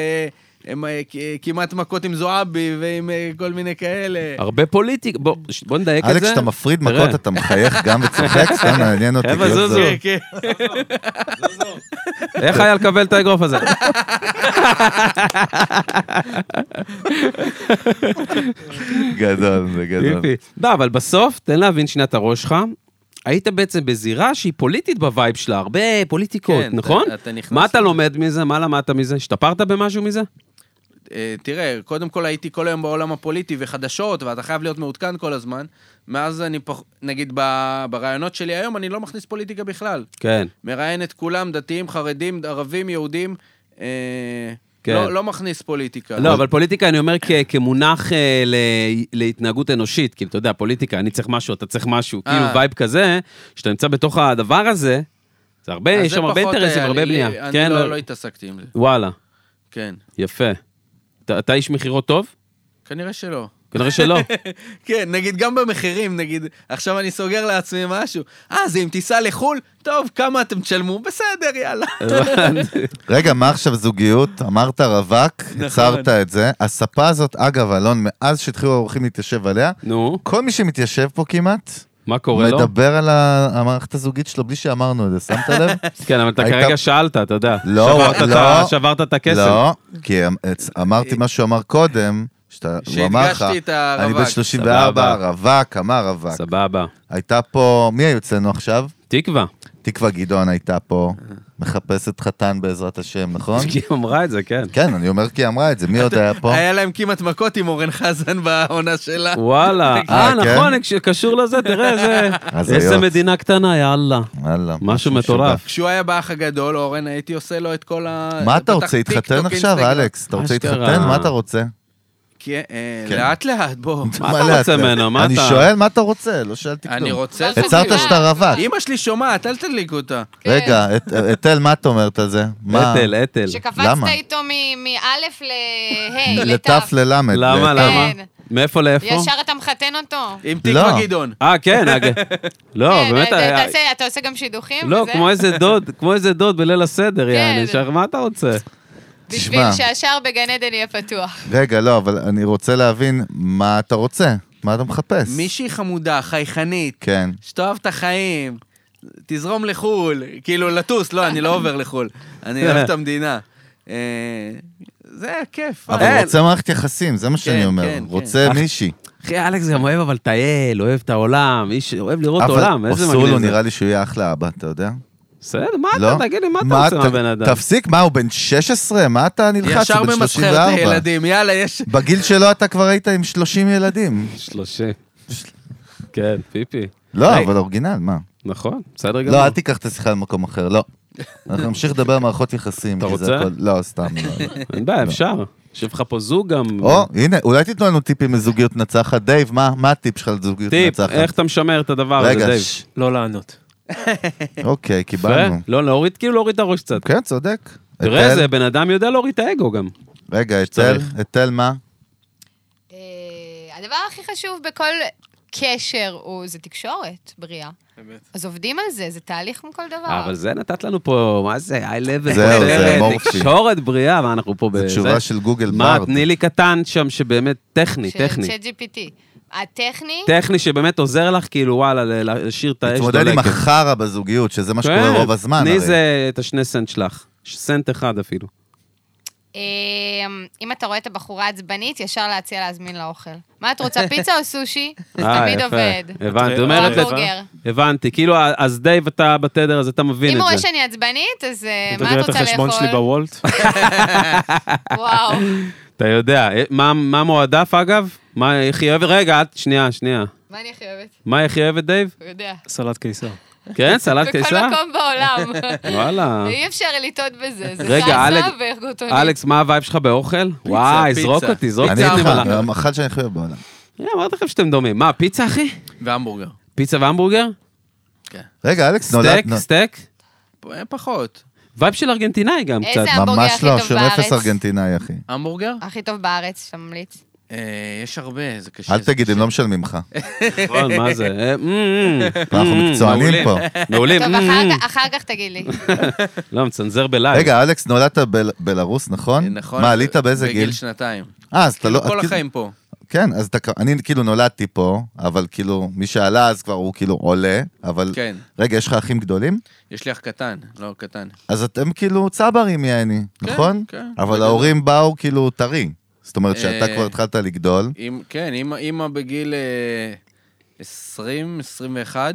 Speaker 4: הם אה, כ- כמעט מכות עם זועבי ועם אה, כל מיני כאלה.
Speaker 1: הרבה פוליטיקה, בוא ש- בוא נדייק את זה.
Speaker 2: אלכס, כשאתה מפריד
Speaker 1: תראה.
Speaker 2: מכות, אתה מחייך גם וצוחק, סתם מעניין אותי.
Speaker 1: חבר'ה,
Speaker 2: כאילו,
Speaker 1: זוזו.
Speaker 2: זה-
Speaker 4: כן, כן.
Speaker 1: איך היה לקבל את האגרוף
Speaker 2: [laughs]
Speaker 1: הזה?
Speaker 2: כן, גדול, זה גדול.
Speaker 1: יופי. לא, אבל בסוף, תן להבין שנייה את הראש שלך. היית בעצם בזירה שהיא פוליטית בווייב שלה, הרבה פוליטיקות,
Speaker 4: כן, אתה-
Speaker 1: נכון?
Speaker 4: אתה נכנס
Speaker 1: מה אתה
Speaker 4: לזה.
Speaker 1: לומד מזה? מה למדת מזה? השתפרת במשהו מזה?
Speaker 4: אה, תראה, קודם כל הייתי כל היום בעולם הפוליטי וחדשות, ואתה חייב להיות מעודכן כל הזמן. מאז אני פח... נגיד ב... ברעיונות שלי היום, אני לא מכניס פוליטיקה בכלל.
Speaker 1: כן.
Speaker 4: מראיין את כולם, דתיים, חרדים, ערבים, יהודים. אה...
Speaker 1: כן.
Speaker 4: כן. לא, לא מכניס פוליטיקה.
Speaker 1: לא, אבל פוליטיקה, אני אומר כ- כמונח אה, ל- להתנהגות אנושית, כאילו, אתה יודע, פוליטיקה, אני צריך משהו, אתה צריך משהו,
Speaker 4: אה.
Speaker 1: כאילו וייב כזה, שאתה נמצא בתוך הדבר הזה, זה הרבה,
Speaker 4: אז
Speaker 1: יש
Speaker 4: זה
Speaker 1: שם הרבה
Speaker 4: פחות
Speaker 1: אינטרסים,
Speaker 4: היה
Speaker 1: הרבה
Speaker 4: לי.
Speaker 1: בנייה.
Speaker 4: אני
Speaker 1: כן,
Speaker 4: לא,
Speaker 1: לא-
Speaker 4: לא התעסקתי עם זה,
Speaker 1: וואלה,
Speaker 4: כן.
Speaker 1: יפה. אתה- אתה איש מכירות טוב?
Speaker 4: כנראה שלא.
Speaker 1: כנראה
Speaker 2: [laughs]
Speaker 1: שלא.
Speaker 4: כן, נגיד גם במחירים, נגיד, עכשיו אני סוגר לעצמי משהו. אה, זה אם תיסע לחו"ל? טוב, כמה אתם תשלמו? בסדר, יאללה.
Speaker 1: לא,
Speaker 2: רגע, מה עכשיו זוגיות? אמרת רווק,
Speaker 1: נכון.
Speaker 2: הצהרת את זה. הספה הזאת, אגב, אלון, מאז שהתחילו האורחים להתיישב עליה,
Speaker 1: נו,
Speaker 2: כל מי שמתיישב פה כמעט,
Speaker 1: מה קורה לו?
Speaker 2: מדבר על ה- המערכת הזוגית שלו בלי שאמרנו את זה, שמת
Speaker 1: [laughs]
Speaker 2: לב?
Speaker 1: כן, אבל אתה
Speaker 2: הייתה-
Speaker 1: כרגע שאלת, אתה יודע.
Speaker 2: לא,
Speaker 1: שברת את ה-
Speaker 2: לא.
Speaker 1: שברת את הכסף.
Speaker 2: לא, כי אמ- הצ- אמרתי מה שהוא אמר קודם, שאתה- הוא אמר לך,
Speaker 4: אה, שהדגשתי את הרווק.
Speaker 2: אני בן 34,
Speaker 1: סבבה.
Speaker 2: רווק, אמר רווק.
Speaker 1: סבבה.
Speaker 2: הייתה פה, מי היו אצלנו עכשיו? [laughs]
Speaker 1: תקווה.
Speaker 4: אה.
Speaker 2: תקווה גדעון הייתה פה, מחפשת חתן בעזרת השם, נכון?
Speaker 1: כי היא אמרה את זה, כן.
Speaker 2: כן, אני אומר כי היא אמרה את זה, מי עוד היה פה?
Speaker 4: היה להם כמעט מכות עם אורן חזן בעונה שלה.
Speaker 1: וואלה, אה,
Speaker 2: אה, כן?
Speaker 1: נכון, כשקשור לזה, תראה
Speaker 2: [laughs]
Speaker 1: איזה-
Speaker 2: אז
Speaker 1: איזה
Speaker 2: היות.
Speaker 1: מדינה קטנה, יאללה.
Speaker 2: וואלה.
Speaker 1: משהו מטורף.
Speaker 4: כשהוא היה באח הגדול, אורן, הייתי עושה לו את כל ה...
Speaker 2: מה אתה
Speaker 4: פתח
Speaker 2: רוצה,
Speaker 4: טיקטוק,
Speaker 2: להתחתן עכשיו,
Speaker 4: אינסטגרם.
Speaker 2: אלכס? אתה רוצה
Speaker 1: אשכרה.
Speaker 2: להתחתן? מה אתה רוצה?
Speaker 4: כן, אה,
Speaker 2: כן.
Speaker 4: לאט לאט,
Speaker 2: [laughs]
Speaker 4: בוא.
Speaker 1: מה אתה
Speaker 2: לאט
Speaker 1: רוצה
Speaker 2: לאט?
Speaker 1: ממנו? מה
Speaker 2: אני
Speaker 1: אתה-
Speaker 2: שואל מה אתה רוצה, לא שאלתי
Speaker 4: אני
Speaker 2: כלום.
Speaker 4: רוצה...
Speaker 5: לא
Speaker 2: הצהרת
Speaker 5: חבילה.
Speaker 2: שאתה רווק.
Speaker 4: אמא שלי שומעת, אל תדליק אותה.
Speaker 5: כן.
Speaker 2: רגע, את- אתל, מה את אומרת על זה? מה?
Speaker 1: אתל, אתל.
Speaker 5: שקפצת
Speaker 2: למה?
Speaker 5: איתו מ- מאלף לה'
Speaker 2: לתף
Speaker 5: לתף.
Speaker 2: ללמד.
Speaker 1: למה,
Speaker 2: ל-
Speaker 1: למה?
Speaker 5: כן.
Speaker 1: מאיפה לאיפה?
Speaker 5: ישר אתה מחתן אותו.
Speaker 4: עם תקווה
Speaker 2: לא.
Speaker 4: גדעון.
Speaker 1: אה, כן,
Speaker 5: [laughs]
Speaker 1: אג... לא,
Speaker 5: כן,
Speaker 1: באמת,
Speaker 5: אתה-
Speaker 1: היה-
Speaker 5: תעשה- אתה עושה גם שידוכים?
Speaker 1: לא,
Speaker 5: וזה?
Speaker 1: כמו איזה דוד, כמו איזה דוד בליל
Speaker 5: כן.
Speaker 1: הסדר, יעני, שר, מה אתה רוצה?
Speaker 5: בשביל
Speaker 2: תשמע.
Speaker 5: שהשער בגן עדן יהיה פתוח.
Speaker 2: רגע, לא, אבל אני רוצה להבין מה אתה רוצה, מה אתה מחפש.
Speaker 4: מישהי חמודה, חייכנית,
Speaker 2: כן.
Speaker 4: שתאהב את החיים, תזרום לחו"ל, כאילו לטוס, לא, אני לא עובר לחו"ל, אני אוהב את המדינה. אה, זה היה כיף.
Speaker 2: אבל
Speaker 4: אה,
Speaker 2: הוא רוצה מערכת יחסים, זה מה שאני
Speaker 4: כן,
Speaker 2: אומר.
Speaker 4: כן,
Speaker 2: רוצה
Speaker 1: כן.
Speaker 2: מישהי.
Speaker 1: אחי, אלכס גם אוהב אבל טייל, אוהב את העולם, איש אוהב לראות
Speaker 2: אבל
Speaker 1: עולם, איזה
Speaker 2: אסור לו,
Speaker 1: מגניב זה.
Speaker 2: נראה לי שהוא יהיה אחלה אבא, אתה יודע?
Speaker 1: בסדר, מה
Speaker 2: לא?
Speaker 1: אתה, תגיד לי, מה אתה רוצה
Speaker 2: ת-
Speaker 1: מהבן אדם?
Speaker 2: תפסיק, מה, הוא בן 16? מה אתה נלחץ?
Speaker 4: ישר
Speaker 2: הוא בן
Speaker 4: ממסחר את
Speaker 2: 34.
Speaker 4: הילדים, יאללה, יש...
Speaker 2: בגיל שלו אתה כבר היית עם 30 ילדים.
Speaker 1: שלושים. כן, פיפי.
Speaker 2: לא,
Speaker 1: היי.
Speaker 2: אבל אורגינל, מה? נכון.
Speaker 1: נכון, בסדר גמור.
Speaker 2: לא, אל תיקח את השיחה למקום אחר, לא. אנחנו נמשיך לדבר על מערכות יחסים.
Speaker 1: אתה
Speaker 2: כי זה
Speaker 1: רוצה?
Speaker 2: הכל- לא, סתם. לא.
Speaker 1: אין בעיה, אפשר. יושב לך פה זוג גם. אה,
Speaker 2: או, הנה, אולי תיתנו לנו טיפים לזוגיות נצחת. דייב, מה מה הטיפ שלך לזוגיות
Speaker 1: טיפ,
Speaker 2: נצחת?
Speaker 1: איך אתה משמר את הדבר הזה,
Speaker 2: רגע,
Speaker 1: דייב?
Speaker 2: ש-
Speaker 6: לא לענות.
Speaker 2: אוקיי,
Speaker 1: יפה.
Speaker 2: קיבלנו.
Speaker 1: לא, להוריד, כאילו להוריד את הראש קצת.
Speaker 2: כן, צודק.
Speaker 1: תראה,
Speaker 2: אתל,
Speaker 1: זה בן אדם יודע להוריד את האגו גם.
Speaker 2: רגע, אתל,
Speaker 1: שצריך.
Speaker 2: אתל מה?
Speaker 5: אה, הדבר הכי חשוב בכל קשר הוא, זה תקשורת בריאה.
Speaker 6: אמת.
Speaker 5: אז עובדים על זה, זה תהליך כמו כל דבר.
Speaker 1: אבל זה נתת לנו פה, מה זה, היי לבל,
Speaker 2: זהו, זה
Speaker 1: כותרת,
Speaker 2: אמורפי.
Speaker 1: תקשורת בריאה, מה אנחנו פה
Speaker 2: זו
Speaker 1: בזה?
Speaker 2: תשובה של גוגל
Speaker 1: מה,
Speaker 2: ברד.
Speaker 1: תני לי קטן שם, שבאמת טכני, טכני.
Speaker 5: של צ'אט GPT. הטכני,
Speaker 1: טכני שבאמת עוזר לך, כאילו, וואלה, ל- להשאיר את האש
Speaker 2: להתמודד עם
Speaker 1: דולקת.
Speaker 2: החרא בזוגיות, שזה מה
Speaker 1: כן,
Speaker 2: שקורה רוב הזמן.
Speaker 1: תני
Speaker 2: הרי.
Speaker 1: זה את השני סנט שלך. סנט אחד אפילו.
Speaker 5: אמ, אם אתה רואה את הבחורה עצבנית, ישר להציע להזמין לה אוכל. מה
Speaker 1: [laughs]
Speaker 5: את רוצה, פיצה או סושי? זה
Speaker 1: אה,
Speaker 5: תמיד
Speaker 1: יפה.
Speaker 5: עובד.
Speaker 1: הבנתי,
Speaker 6: את
Speaker 1: את אומרת,
Speaker 5: או
Speaker 1: את-
Speaker 5: המבורגר.
Speaker 1: הבנתי. כאילו, אז דייב, אתה בתדר, אז אתה מבין
Speaker 5: אם
Speaker 1: את
Speaker 5: הוא רואה
Speaker 1: זה.
Speaker 5: שאני עצבנית, אז אה,
Speaker 6: אתה
Speaker 5: מה
Speaker 6: תראה
Speaker 5: את
Speaker 6: את
Speaker 5: רוצה
Speaker 6: החשבון שלי
Speaker 5: לאכול?
Speaker 6: בוולט?
Speaker 5: וואו.
Speaker 1: [laughs] אתה יודע. אה, מה- מה מועדף, אגב? מה איך היא אוהבת? רגע, את- שנייה, שנייה.
Speaker 5: מה אני הכי אוהבת?
Speaker 1: מה איך היא אוהבת, דייב?
Speaker 5: הוא יודע.
Speaker 6: סלט קיסר.
Speaker 5: [laughs]
Speaker 1: כן, סלט
Speaker 5: בכל
Speaker 1: קיסר?
Speaker 5: מקום
Speaker 1: [laughs]
Speaker 5: בעולם.
Speaker 1: וואלה.
Speaker 5: אי אפשר לטעות בזה, זה
Speaker 1: אה. רגע,
Speaker 5: סלסה
Speaker 1: אלכס-
Speaker 5: וגוטונית.
Speaker 1: אלכס, מה הווייב שלך באוכל? וואי,
Speaker 4: פיצה.
Speaker 1: זרוק אותי, זרוק
Speaker 2: אני
Speaker 1: אותי.
Speaker 2: איתך,
Speaker 1: למעלה.
Speaker 2: המאכל שאני הכי אוהב בעולם.
Speaker 1: הנה, אמרתי לכם שאתם דומים. מה, פיצה, אחי?
Speaker 4: והמבורגר.
Speaker 1: פיצה והמבורגר?
Speaker 2: רגע, אלכס, נולד...
Speaker 1: סטייק, סטייק?
Speaker 4: אה, פחות.
Speaker 1: וייב של ארגנטינאי גם
Speaker 5: איזה
Speaker 1: קצת.
Speaker 5: המ- ההמבורגר
Speaker 2: ממש
Speaker 5: הכי
Speaker 2: לא,
Speaker 5: טוב
Speaker 2: שום
Speaker 5: בארץ.
Speaker 2: אפס ארגנטינאי,
Speaker 4: [laughs]
Speaker 2: אחי.
Speaker 4: המבורגר?
Speaker 5: הכי טוב בארץ, שאתה ממליץ.
Speaker 4: אה, יש הרבה, זה קשה.
Speaker 2: אל
Speaker 4: זה
Speaker 2: תגיד,
Speaker 4: קשה.
Speaker 2: הם לא משלמים
Speaker 4: [laughs]
Speaker 2: לך.
Speaker 1: נכון, מה זה? אה, מ-
Speaker 2: אנחנו
Speaker 1: מ-
Speaker 2: מקצוענים
Speaker 4: [laughs]
Speaker 2: פה.
Speaker 1: מעולים.
Speaker 5: טוב,
Speaker 1: מ-
Speaker 5: אחר כך- אחר כך תגיד לי.
Speaker 1: לא, מצנזר בלייב.
Speaker 2: רגע, אלכס, נולדת בבלארוס, נכון?
Speaker 4: נכון.
Speaker 2: מה, עלית באיזה גיל?
Speaker 4: בגיל שנתיים.
Speaker 2: אה, אז אתה לא... את
Speaker 4: כל
Speaker 2: כאילו-
Speaker 4: החיים פה.
Speaker 2: כן, אז אתה... אני כאילו נולדתי פה, אבל כאילו, מי שעלה אז כבר הוא כאילו עולה, אבל...
Speaker 4: כן.
Speaker 2: רגע, יש לך אחים גדולים?
Speaker 4: יש לי אח קטן, לא קטן.
Speaker 2: אז אתם כאילו צברים יעני,
Speaker 4: כן,
Speaker 2: נכון?
Speaker 4: כן.
Speaker 2: אבל
Speaker 4: בגדול.
Speaker 2: ההורים באו כאילו טרי. זאת אומרת שאתה
Speaker 4: אה,
Speaker 2: כבר התחלת לגדול.
Speaker 4: אם, כן, אמא, אמא בגיל אה, 20, 21,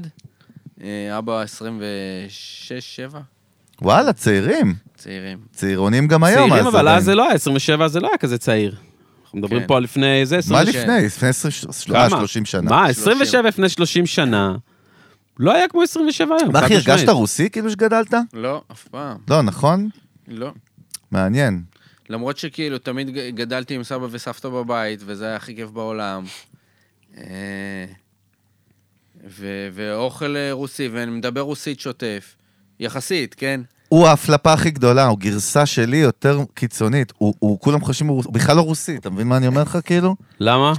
Speaker 4: אה, אבא 26, 7,
Speaker 2: וואלה, צעירים.
Speaker 4: צעירים.
Speaker 2: צעירונים גם היום.
Speaker 1: צעירים, אבל
Speaker 2: עדיין.
Speaker 1: אז זה לא היה, 27 זה לא היה כזה צעיר. אנחנו מדברים
Speaker 4: כן.
Speaker 1: פה על לפני זה,
Speaker 2: מה
Speaker 1: 20
Speaker 4: שלושים?
Speaker 2: לפני? לפני 20 אה, 30 שנה.
Speaker 1: מה,
Speaker 4: 30.
Speaker 1: 27 לפני 30 שנה, לא היה כמו 27 היום.
Speaker 2: מה,
Speaker 1: חד
Speaker 2: אחי, הרגשת
Speaker 1: משמעית.
Speaker 2: רוסי כאילו שגדלת?
Speaker 4: לא, אף פעם,
Speaker 2: לא, נכון?
Speaker 4: לא.
Speaker 2: מעניין.
Speaker 4: למרות שכאילו, תמיד ג- גדלתי עם סבא וסבתא בבית, וזה היה הכי כיף בעולם. אה, ו- ואוכל אה, רוסי, ואני מדבר רוסית שוטף. יחסית, כן?
Speaker 2: הוא ההפלפה הכי גדולה, הוא גרסה שלי יותר קיצונית. הוא, הוא כולם חושבים, הוא, הוא בכלל לא רוסי, אתה מבין מה אני אומר לך כאילו?
Speaker 1: למה?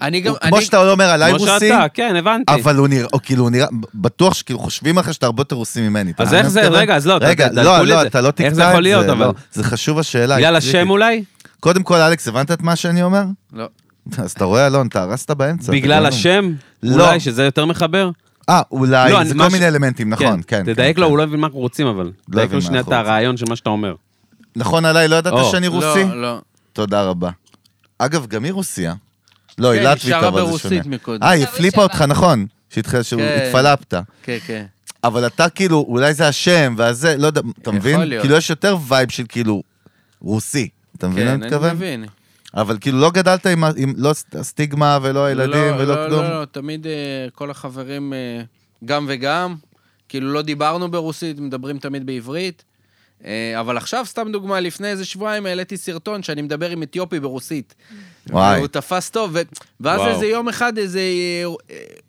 Speaker 4: אני גם...
Speaker 2: הוא, כמו
Speaker 4: אני-
Speaker 2: שאתה לא אומר עליי
Speaker 1: כמו
Speaker 2: רוסי,
Speaker 1: שאתה, כן, הבנתי.
Speaker 2: אבל הוא נראה, או כאילו הוא נראה, בטוח שכאילו חושבים עליך שאתה הרבה יותר רוסי ממני. אתה
Speaker 1: אז
Speaker 2: מבין
Speaker 1: איך
Speaker 2: מה
Speaker 1: זה-
Speaker 2: אני מתכוון?
Speaker 1: רגע, אז לא, אתה-
Speaker 2: רגע,
Speaker 1: אתה-
Speaker 2: לא,
Speaker 1: תדלקו לי
Speaker 2: לא,
Speaker 1: את זה.
Speaker 2: אתה לא תקטע את זה.
Speaker 1: איך זה יכול להיות, אבל?
Speaker 2: לא, זה חשוב השאלה. היא
Speaker 1: בגלל
Speaker 2: קריטית.
Speaker 1: השם אולי?
Speaker 2: קודם כל, אלכס, הבנת את מה שאני אומר?
Speaker 4: לא.
Speaker 2: אז אתה רואה, אלון, אתה הרסת באמצע. אתה
Speaker 1: בגלל
Speaker 2: יודע.
Speaker 1: השם?
Speaker 2: לא.
Speaker 1: אולי שזה יותר מחבר?
Speaker 2: אה, אולי,
Speaker 1: לא, אני-
Speaker 2: זה
Speaker 1: מה
Speaker 2: כל
Speaker 1: ש-
Speaker 2: מיני אלמנטים, נכון, כן.
Speaker 1: תדייק
Speaker 2: כן,
Speaker 1: לו,
Speaker 2: כן.
Speaker 1: הוא לא מבין מה אנחנו רוצים, אבל. תדייק
Speaker 2: הבין
Speaker 1: לו
Speaker 2: מה
Speaker 1: שנייה
Speaker 2: אנחנו
Speaker 1: את הרעיון של מה שאתה אומר.
Speaker 2: נכון עליי, לא ידעת
Speaker 1: או.
Speaker 2: שאני רוסי?
Speaker 4: לא, לא.
Speaker 2: תודה רבה. אגב, גם היא רוסיה. לא,
Speaker 4: כן,
Speaker 2: היא
Speaker 4: היא
Speaker 2: לטבית,
Speaker 4: שרה
Speaker 2: אבל זה שונה.
Speaker 4: ברוסית מקודם.
Speaker 2: אה, היא
Speaker 5: עכשיו היא
Speaker 2: הפליפה
Speaker 5: שרה.
Speaker 2: אותך, נכון. שהתח- שהוא-
Speaker 4: כן.
Speaker 2: התפלפת.
Speaker 4: כן, כן.
Speaker 2: אבל אתה כאילו, אולי זה השם, ואז זה, לא יודע, אתה
Speaker 4: יכול
Speaker 2: מבין?
Speaker 4: להיות.
Speaker 2: כאילו יש יותר וייב של כאילו רוסי. אתה מבין מה אני
Speaker 4: כן, אני
Speaker 2: מתכוון?
Speaker 4: מבין.
Speaker 2: אבל כאילו לא גדלת עם ה- עם לא הס- הסטיגמה ולא הילדים
Speaker 4: לא,
Speaker 2: ולא
Speaker 4: לא,
Speaker 2: כלום.
Speaker 4: לא, לא, תמיד אה, כל החברים אה, גם וגם. כאילו, לא דיברנו ברוסית, מדברים תמיד בעברית. אה, אבל עכשיו, סתם דוגמה, לפני איזה שבועיים העליתי סרטון שאני מדבר עם אתיופי ברוסית.
Speaker 2: וואי.
Speaker 4: והוא תפס טוב, ו... ואז
Speaker 1: וואו.
Speaker 4: איזה יום אחד, איזה אה,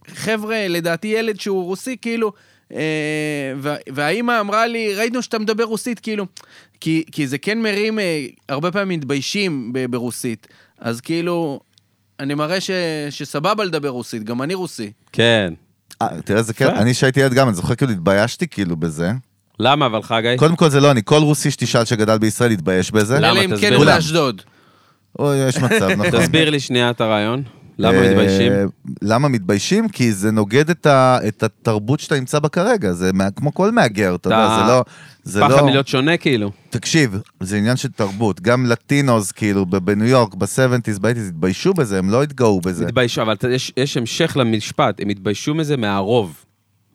Speaker 4: חבר'ה, לדעתי ילד שהוא רוסי, כאילו, אה, וה- והאימא אמרה לי, ראינו שאתה מדבר רוסית, כאילו, כי, כי זה כן מרים, אה, הרבה פעמים מתביישים ב- ברוסית. אז כאילו, אני מראה ש, שסבבה לדבר רוסית, גם אני רוסי.
Speaker 1: כן.
Speaker 2: אה, תראה איזה קטע, אני שהייתי ילד גם, אני זוכר כאילו התביישתי כאילו בזה.
Speaker 1: למה אבל, חגי?
Speaker 2: קודם כל זה לא אני, כל רוסי שתשאל שגדל בישראל יתבייש בזה.
Speaker 1: למה?
Speaker 4: אלא אם כן
Speaker 1: תסביר
Speaker 4: הוא
Speaker 2: למה.
Speaker 4: באשדוד.
Speaker 2: או,
Speaker 1: [laughs]
Speaker 2: יש מצב, נכון.
Speaker 1: תסביר לי שנייה את הרעיון. למה
Speaker 2: אה,
Speaker 1: מתביישים?
Speaker 2: למה מתביישים? כי זה נוגד את, ה, את התרבות שאתה נמצא בה כרגע, זה מה, כמו כל מהגר, אתה יודע,
Speaker 1: אתה-
Speaker 2: זה לא... זה
Speaker 1: פחד
Speaker 2: לא...
Speaker 1: מלהיות שונה כאילו.
Speaker 2: תקשיב, זה עניין של תרבות. גם לטינוז, כאילו, ב- בניו יורק, ב-70's, ב-80's, התביישו בזה, הם לא התגאו בזה.
Speaker 1: התביישו, אבל אתה- יש- יש המשך למשפט, הם התביישו מזה מהרוב.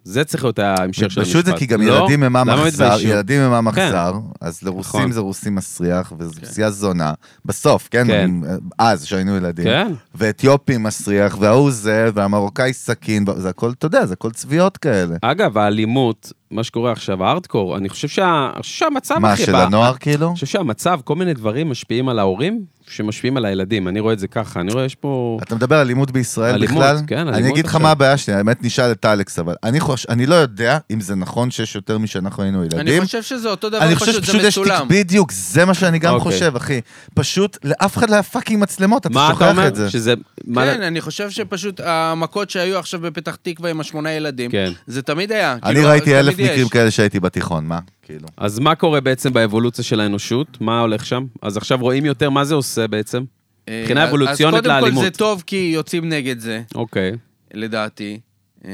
Speaker 1: זה צריך להיות ההמשך של המשפט.
Speaker 2: התביישו את זה כי גם
Speaker 1: לא?
Speaker 2: ילדים הם
Speaker 1: למה
Speaker 2: המחזר,
Speaker 1: התביישו?
Speaker 2: ילדים הם המחזר, אז
Speaker 1: נכון.
Speaker 2: לרוסים זה רוסי מסריח, ורוסיה זונה. בסוף, כן?
Speaker 1: כן.
Speaker 2: אז, כשהיינו ילדים.
Speaker 1: כן.
Speaker 2: ואתיופי מסריח, וההוא זה, והמרוקאי סכין, זה הכל, אתה יודע, זה הכל צביעות כאלה.
Speaker 1: אגב, האלימות, מה שקורה עכשיו, הארדקור, אני חושב שה- אני חושב שהמצב...
Speaker 2: מה,
Speaker 1: הכי-
Speaker 2: של
Speaker 1: ב-
Speaker 2: הנוער כאילו?
Speaker 1: אני חושב שהמצב, כל מיני דברים משפיעים על ההורים, שמשפיעים על הילדים. אני רואה את זה ככה, אני רואה, יש פה...
Speaker 2: אתה מדבר על אלימות בישראל
Speaker 1: אלימות,
Speaker 2: בכלל?
Speaker 1: כן,
Speaker 2: אני
Speaker 1: אלימות
Speaker 2: אגיד לך
Speaker 1: עכשיו.
Speaker 2: מה הבעיה שלי, האמת נשאל את אלכס, אבל אני חוש- אני לא יודע אם זה נכון שיש יותר משאנחנו היינו
Speaker 4: אני
Speaker 2: ילדים.
Speaker 4: חושב שזה אותו דבר,
Speaker 2: אני חושב
Speaker 4: פשוט
Speaker 2: שפשוט
Speaker 4: זה
Speaker 2: יש... תיק-
Speaker 4: מצולם.
Speaker 2: בדיוק, זה מה שאני גם
Speaker 1: אוקיי.
Speaker 2: חושב, אחי. פשוט, לאף אחד לא היה פאקינג מצלמות, אתה
Speaker 1: מה אתה
Speaker 2: שוכח את
Speaker 1: אומר?
Speaker 2: זה.
Speaker 1: שזה... מה-
Speaker 4: כן, אני חושב שפשוט המכות שהיו עכשיו בפתח תקווה עם השמונה ילדים,
Speaker 1: כן.
Speaker 4: זה תמיד היה.
Speaker 2: אני
Speaker 4: כאילו,
Speaker 2: ראיתי
Speaker 4: תמיד
Speaker 2: אלף
Speaker 4: יש.
Speaker 2: מקרים כאלה שהייתי בתיכון, מה? כאילו.
Speaker 1: אז מה קורה בעצם באבולוציה של האנושות? מה הולך שם? אז עכשיו רואים יותר מה זה עושה בעצם?
Speaker 4: אה,
Speaker 1: מבחינה
Speaker 4: אז-
Speaker 1: אבולוציונית
Speaker 4: אז קודם כל
Speaker 1: לאלימות.
Speaker 4: זה טוב כי יוצאים נגד זה,
Speaker 1: אוקיי.
Speaker 4: לדעתי. אה,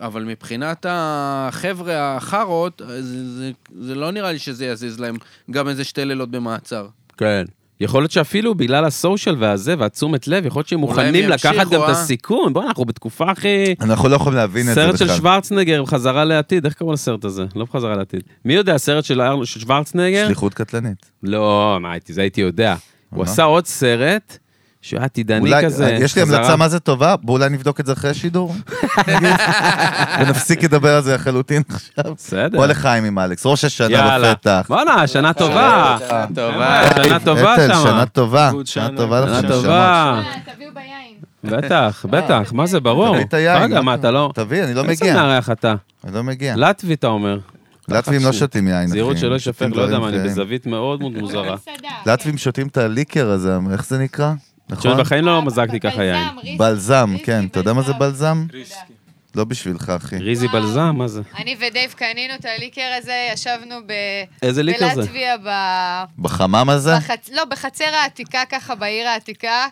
Speaker 4: אבל מבחינת החבר'ה החארות, אה, זה, זה, זה לא נראה לי שזה יזיז להם גם איזה שתי לילות במעצר.
Speaker 1: כן. יכול להיות שאפילו בגלל הסושיאל והזה והתשומת לב, יכול להיות שהם
Speaker 4: אולי הם
Speaker 1: מוכנים לקחת
Speaker 4: ימשיכו,
Speaker 1: גם את
Speaker 4: אה?
Speaker 1: הסיכון. בוא'נה, אנחנו בתקופה הכי...
Speaker 2: אנחנו לא יכולים להבין את זה
Speaker 1: סרט של
Speaker 2: בכלל.
Speaker 1: שוורצנגר, חזרה לעתיד, איך קראו לסרט הזה? לא בחזרה לעתיד. מי יודע, סרט של ארל- של שוורצנגר?
Speaker 2: שליחות קטלנית.
Speaker 1: לא, מה הייתי, זה הייתי יודע. הוא
Speaker 2: אה.
Speaker 1: עשה עוד סרט, שהוא היה עתידני
Speaker 2: אולי, אה,
Speaker 1: כזה.
Speaker 2: יש לי
Speaker 1: חזרה-
Speaker 2: המלצה מה זה טובה, בואו אולי נבדוק את זה
Speaker 1: [laughs]
Speaker 2: אחרי השידור. נגיד. ונפסיק לדבר על זה לחלוטין עכשיו.
Speaker 1: בסדר.
Speaker 2: בוא לחיים עם אלכס, ראש השנה
Speaker 1: יאללה.
Speaker 2: בפתח. אה,
Speaker 1: בואנה, שנה טובה.
Speaker 4: טובה.
Speaker 1: שנה טובה
Speaker 2: אתל,
Speaker 1: שמה.
Speaker 2: שנה טובה.
Speaker 6: Good
Speaker 2: שנה
Speaker 6: שנה.
Speaker 2: טובה לכם,
Speaker 1: שנה
Speaker 2: שמות.
Speaker 1: טובה.
Speaker 5: אה, תביאו ביין.
Speaker 1: בטח, בטח, מה זה ברור.
Speaker 2: תביא את היין. אה.
Speaker 1: רגע, מה, אתה לא...
Speaker 2: תביא, אני לא
Speaker 1: איזה
Speaker 2: מגיע.
Speaker 1: מארח אתה?
Speaker 2: אני לא מגיע.
Speaker 1: לטבי, אתה אומר.
Speaker 2: לטבים לא שותים יין, אחי.
Speaker 1: זהירות שלא
Speaker 2: הם
Speaker 1: ישפך,
Speaker 2: שותים
Speaker 1: לא יודע
Speaker 2: דברים
Speaker 1: מה, אני
Speaker 2: אחרים.
Speaker 1: בזווית מאוד מאוד מוזרה.
Speaker 5: במסעדה,
Speaker 2: לטבים שותים את הליקר הזה, איך זה נקרא? נכון?
Speaker 1: תשמע, בחיים לא מזגתי
Speaker 5: בבלזם,
Speaker 1: ככה יין.
Speaker 5: ריסקי.
Speaker 2: בלזם,
Speaker 5: ריסקי
Speaker 2: כן. אתה יודע מה זה בלזם?
Speaker 5: תודה.
Speaker 2: לא בשבילך, אחי.
Speaker 1: ריזי בלזם, מה זה?
Speaker 5: אני ודייב קנינו את הליקר הזה, ישבנו ב...
Speaker 1: איזה ליקר זה?
Speaker 5: בלטביה, ב-
Speaker 2: בחמם הזה?
Speaker 5: בחצ... לא, בחצר העתיקה ככה, בעיר העתיקה.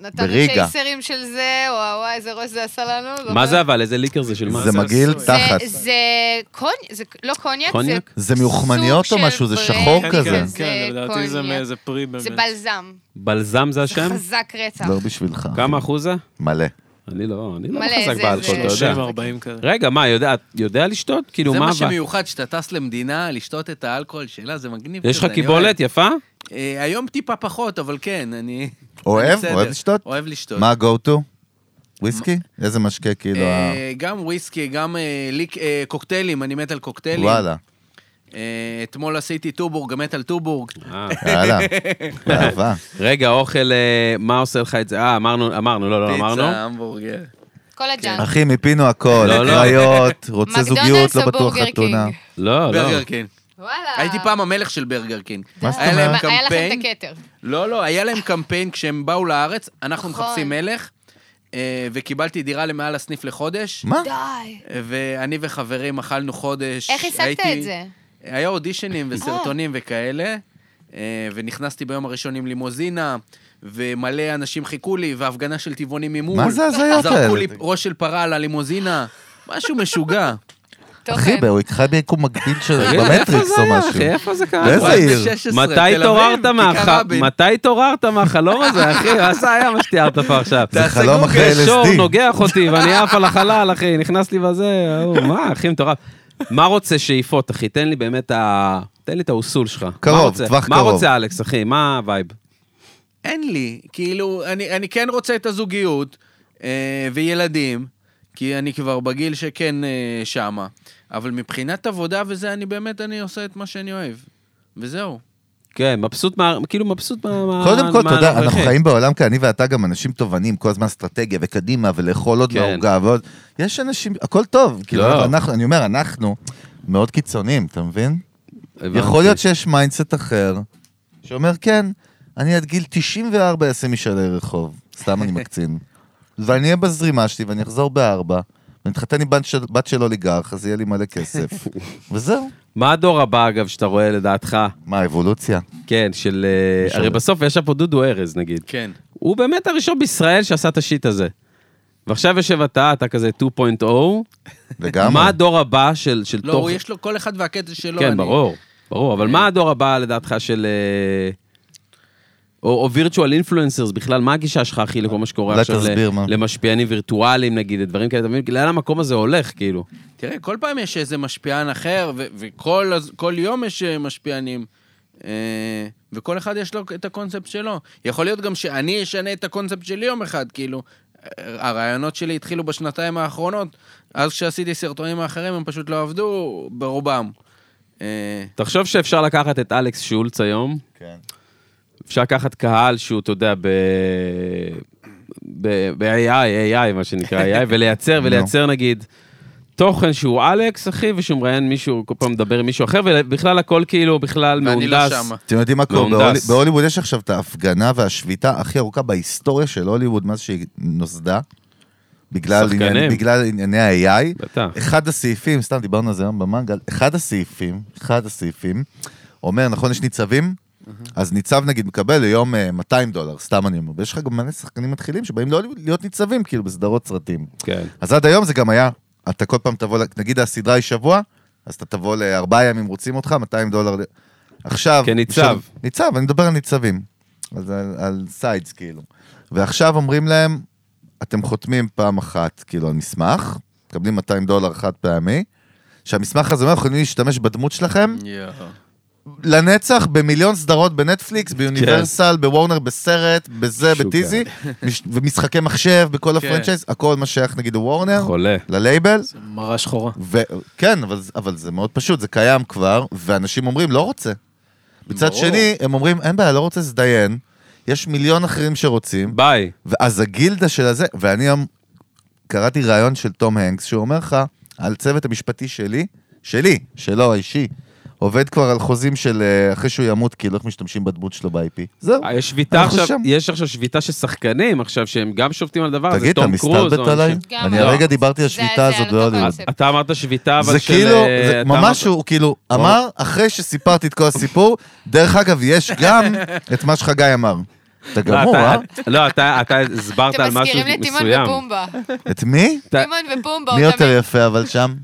Speaker 5: נתנו
Speaker 2: בריגה.
Speaker 5: צ'ייסרים של זה, וואו וואי, איזה ראש זה עשה לנו. לא
Speaker 1: מה זה אבל? איזה ליקר זה של מה?
Speaker 2: זה מגעיל
Speaker 6: זה-
Speaker 2: תחת.
Speaker 5: זה, זה קוניאק, זה לא קוניאק,
Speaker 1: קוניאק?
Speaker 2: זה
Speaker 5: זה
Speaker 2: מיוחמניות או
Speaker 5: סוג של
Speaker 2: משהו? זה
Speaker 5: ברנד
Speaker 2: שחור
Speaker 6: כן,
Speaker 2: כזה.
Speaker 6: כן, כן,
Speaker 5: זה
Speaker 6: לדעתי זה
Speaker 5: קוניאק.
Speaker 6: מאיזה פרי באמת.
Speaker 5: זה בלזם.
Speaker 1: בלזם זה
Speaker 5: זה
Speaker 1: השם?
Speaker 5: חזק רצח.
Speaker 2: לא בשבילך.
Speaker 1: כמה אחוז זה?
Speaker 2: מלא.
Speaker 1: אני לא, אני לא
Speaker 5: מלא,
Speaker 1: חזק
Speaker 5: זה-
Speaker 1: באלכוהול,
Speaker 5: זה-
Speaker 1: אתה יודע.
Speaker 6: 30-40 כזה.
Speaker 1: רגע, מה, יודע- יודע לשתות? כאילו,
Speaker 4: זה
Speaker 1: מה...
Speaker 4: מה
Speaker 1: הבעיה?
Speaker 4: שמיוחד, שאתה טס למדינה, לשתות את האלכוהול שלה, זה מגניב.
Speaker 1: יש
Speaker 4: כזה,
Speaker 1: לך
Speaker 4: אני לא
Speaker 1: קיבולת יפה?
Speaker 4: אוהב. אה, היום טיפה פחות, אבל כן, אני... אני
Speaker 2: אוהב?
Speaker 4: בסדר.
Speaker 2: אוהב לשתות?
Speaker 4: אוהב לשתות.
Speaker 2: מה ה-go to? וויסקי? איזה משקה כאילו ה...
Speaker 4: אה, גם וויסקי, גם אה, ליק- אה, קוקטיילים, אני מת על קוקטיילים.
Speaker 2: וואלה.
Speaker 4: אה, אתמול עשיתי טובורג, גם מת על טובורג.
Speaker 1: אה.
Speaker 4: [laughs]
Speaker 2: יאללה. באהבה.
Speaker 1: רגע, אוכל, אה, מה עושה לך את זה? אה, אמרנו, אמרנו, לא, לא אמרנו.
Speaker 4: פיצה, המבורגר.
Speaker 5: כל הג'אנק.
Speaker 2: אחי, מיפינו הכל.
Speaker 1: לא, לא.
Speaker 2: קריות, רוצה
Speaker 5: מקדונלדס
Speaker 2: זוגיות,
Speaker 5: או
Speaker 2: לא בטוח
Speaker 5: בורגר
Speaker 2: חתונה.
Speaker 5: קינג?
Speaker 1: לא, לא.
Speaker 4: ברגר קינג.
Speaker 5: וואלה.
Speaker 4: הייתי פעם המלך של ברגר קינג.
Speaker 2: מה זאת
Speaker 4: היה
Speaker 2: אומרת?
Speaker 4: להם
Speaker 5: היה לכם
Speaker 4: קמפיין.
Speaker 5: את הכתר.
Speaker 4: לא, לא, היה להם קמפיין כשהם באו לארץ, אנחנו
Speaker 5: נכון.
Speaker 4: מחפשים מלך, אה, וקיבלתי דירה למעל הסניף לחודש.
Speaker 2: מה?
Speaker 5: די.
Speaker 4: ואני וחברים אכלנו חודש.
Speaker 5: איך השגת
Speaker 4: הייתי-
Speaker 5: את זה?
Speaker 4: היה אודישנים וסרטונים וכאלה, אה, ונכנסתי ביום הראשון עם לימוזינה, ומלא אנשים חיכו לי, והפגנה של טבעונים ממול.
Speaker 2: מה זה ההזיות האלה?
Speaker 4: זרקו לי ראש של פרה על הלימוזינה, משהו משוגע.
Speaker 5: תוכן.
Speaker 2: אחי, הוא חי ביקום מקביל של
Speaker 1: תגיד, איפה
Speaker 2: במטריקס
Speaker 1: זה
Speaker 2: או
Speaker 1: היה,
Speaker 2: משהו.
Speaker 1: אחי? איפה זה קרה?
Speaker 2: באיזה
Speaker 1: וואי,
Speaker 2: עיר?
Speaker 1: מתי התעוררת מהח-
Speaker 4: מהחלום?
Speaker 1: מתי התעוררת מהחלום הזה, אחי? מה זה היה מה שתיארת פה עכשיו?
Speaker 2: זה חלום אחרי
Speaker 1: שור
Speaker 2: LSD.
Speaker 1: נוגח אותי ואני עף על החלל, אחי, נכנס לי בזה, ההוא, מה, אחי, מטורף. מה רוצה שאיפות, אחי? תן לי באמת ה... תן לי את האוסול שלך. מה
Speaker 2: קרוב,
Speaker 1: רוצה?
Speaker 2: טווח
Speaker 1: מה
Speaker 2: קרוב.
Speaker 1: רוצה אלכס, אחי? מה הווייב?
Speaker 4: אין לי. כאילו, אני אני כן רוצה את הזוגיות אה, וילדים, כי אני כבר בגיל שכן אה, שמה. אבל מבחינת עבודה וזה, אני באמת, אני עושה את מה שאני אוהב. וזהו.
Speaker 1: כן, מבסוט מה... כאילו מבסוט מה... מה-
Speaker 2: קודם כל,
Speaker 1: מה כן,
Speaker 2: אתה יודע, אנחנו
Speaker 1: הולכים.
Speaker 2: חיים בעולם כאן, אני ואתה גם אנשים תובענים, כל הזמן אסטרטגיה וקדימה ולאכול עוד
Speaker 1: כן. לא.
Speaker 2: מהעוגה ועוד. יש אנשים, הכל טוב. כאילו, אנחנו- אני אומר, אנחנו מאוד קיצוניים, אתה מבין?
Speaker 1: הבנתי.
Speaker 2: יכול להיות שיש מיינדסט אחר, שאומר, כן, אני עד גיל 94 אעשה משאלי רחוב,
Speaker 1: [laughs]
Speaker 2: סתם אני מקצין. ואני אהיה בזרימה שלי ואני אחזור בארבע, ונתחתן עם בת של- בת של אוליגרך, אז יהיה לי מלא כסף.
Speaker 1: [laughs]
Speaker 2: וזהו.
Speaker 1: מה הדור הבא, אגב, שאתה רואה לדעתך?
Speaker 2: מה, אבולוציה?
Speaker 1: כן, של... אה,
Speaker 2: משאלה.
Speaker 1: הרי בסוף ישב פה דודו ארז, נגיד.
Speaker 4: כן.
Speaker 1: הוא באמת הראשון בישראל שעשה את השיט הזה. ועכשיו יושב אתה, אתה כזה 2.0.
Speaker 2: לגמרי.
Speaker 1: מה הדור הבא של של
Speaker 4: לא,
Speaker 1: תוכן?
Speaker 4: הוא יש לו כל אחד והקטע שלו.
Speaker 1: כן,
Speaker 4: אני-
Speaker 1: ברור, ברור, אבל מה הדור הבא לדעתך של... אה, או, או וירטואל אינפלואנסרס בכלל, מה הגישה שלך, אחי, לכל מה שקורה
Speaker 2: אולי
Speaker 1: עכשיו? ל-
Speaker 2: לא תסביר מה.
Speaker 1: למשפיענים וירטואליים, נגיד, לדברים כאלה, אתה מבין? לאן המקום הזה הולך, כאילו?
Speaker 4: תראה, כל פעם יש איזה משפיען אחר, ו- וכל הז- כל יום יש אה, משפיענים, אה, וכל אחד יש לו את הקונספט שלו. יכול להיות גם שאני אשנה את הקונספט שלי יום אחד, כאילו, אה, הרעיונות שלי התחילו בשנתיים האחרונות, אז כשעשיתי סרטונים האחרים הם פשוט לא עבדו, ברובם. אה,
Speaker 1: תחשוב שאפשר לקחת את אלכס שולץ היום,
Speaker 2: כן.
Speaker 1: אפשר לקחת קהל שהוא, אתה יודע, ב... ב- ב-AI, AI, מה שנקרא
Speaker 2: [laughs]
Speaker 1: AI, ולייצר, ולייצר נגיד תוכן שהוא אלכס, אחי, ושהוא מראיין מישהו, כל פעם מדבר עם מישהו אחר, ובכלל הכל כאילו, בכלל מהונדס.
Speaker 4: ואני לא שמה.
Speaker 2: אתם יודעים מה קורה?
Speaker 1: מהונדס.
Speaker 2: בהולי- בהוליווד יש עכשיו את ההפגנה והשביתה הכי ארוכה בהיסטוריה של הוליווד, מאז שהיא נוסדה. בגלל
Speaker 1: שחקנים.
Speaker 2: ענייני- בגלל ענייני ה-AI.
Speaker 1: בטח.
Speaker 2: אחד הסעיפים, סתם דיברנו על זה היום במנגל, אחד הסעיפים, אחד הסעיפים, אומר, נכון, יש ניצבים? אז ניצב נגיד מקבל ליום אה, 200 דולר, סתם אני אומר, ויש לך גם מלא שחקנים מתחילים שבאים להוליווד להיות ניצבים, כאילו, בסדרות סרטים.
Speaker 1: כן.
Speaker 2: אז עד היום זה גם היה, אתה כל פעם תבוא, ל- נגיד הסדרה היא שבוע, אז אתה תבוא לארבעה ימים, רוצים אותך, 200 דולר. ל- עכשיו...
Speaker 1: כניצב.
Speaker 2: בשביל- ניצב, אני מדבר על ניצבים. אז על, על סיידס, כאילו. ועכשיו אומרים להם, אתם חותמים פעם אחת, כאילו, על מסמך, מקבלים 200 דולר חד פעמי, שהמסמך הזה אומר, אנחנו יכולים להשתמש בדמות שלכם
Speaker 4: יואו.
Speaker 2: לנצח במיליון סדרות בנטפליקס, ביוניברסל, בוורנר, בסרט, בזה,
Speaker 1: שוגע.
Speaker 2: בטיזי, מש- ומשחקי מחשב, בכל
Speaker 4: כן.
Speaker 2: הפרנצ'ייז, הכל מה שייך נגיד לוורנר.
Speaker 1: חולה.
Speaker 2: ללייבל,
Speaker 1: נכון.
Speaker 6: מראה שחורה.
Speaker 2: ו... כן, אבל, אבל זה מאוד פשוט, זה קיים כבר, ואנשים אומרים, לא רוצה. מצד
Speaker 4: ברור.
Speaker 2: שני, הם אומרים, אין בעיה, לא רוצה לזדיין, יש מיליון אחרים שרוצים,
Speaker 1: ביי.
Speaker 2: ואז הגילדה של הזה, ואני היום קראתי ראיון של תום הנקס, שהוא אומר לך, על צוות המשפטי שלי, שלי, שלו, האישי, עובד כבר על חוזים של אה, אחרי שהוא ימות, כאילו איך משתמשים בדמות שלו ב-IP. זהו.
Speaker 1: אה, יש שביתה
Speaker 2: אנחנו
Speaker 1: עכשיו,
Speaker 2: שם.
Speaker 1: יש עכשיו שביתה של שחקנים עכשיו, שהם גם שופטים על הדבר הזה,
Speaker 2: תגיד, אתה
Speaker 1: תום קרוז.
Speaker 2: מסתלבט
Speaker 1: או
Speaker 2: עליי?
Speaker 1: אנשים-
Speaker 5: גם
Speaker 2: אני
Speaker 5: אני.
Speaker 2: הרגע דיברתי על
Speaker 5: זה-
Speaker 2: שביתה
Speaker 5: זה לא
Speaker 2: הזאת
Speaker 5: על אותו
Speaker 2: בהוליווד.
Speaker 5: קונספט.
Speaker 1: אתה אמרת שביתה, אבל
Speaker 2: זה
Speaker 1: של...
Speaker 2: כאילו,
Speaker 1: אה,
Speaker 2: זה
Speaker 1: אתה
Speaker 2: ממש
Speaker 1: אמרת-
Speaker 2: הוא כאילו אמר, אחרי שסיפרתי את כל הסיפור, דרך אגב,
Speaker 1: [laughs]
Speaker 2: יש גם את מה שחגי אמר. אתה
Speaker 1: לא,
Speaker 2: גמור,
Speaker 1: אתה-
Speaker 2: אה?
Speaker 1: לא, אתה אתה הסברת על
Speaker 5: אתם
Speaker 1: משהו
Speaker 5: מזכירים לי טימון
Speaker 1: מסוים.
Speaker 5: ובומבה.
Speaker 2: את מי?
Speaker 1: אתה-
Speaker 5: טימון ובומבה.
Speaker 2: מי
Speaker 5: אותם-
Speaker 2: יותר יפה אבל שם?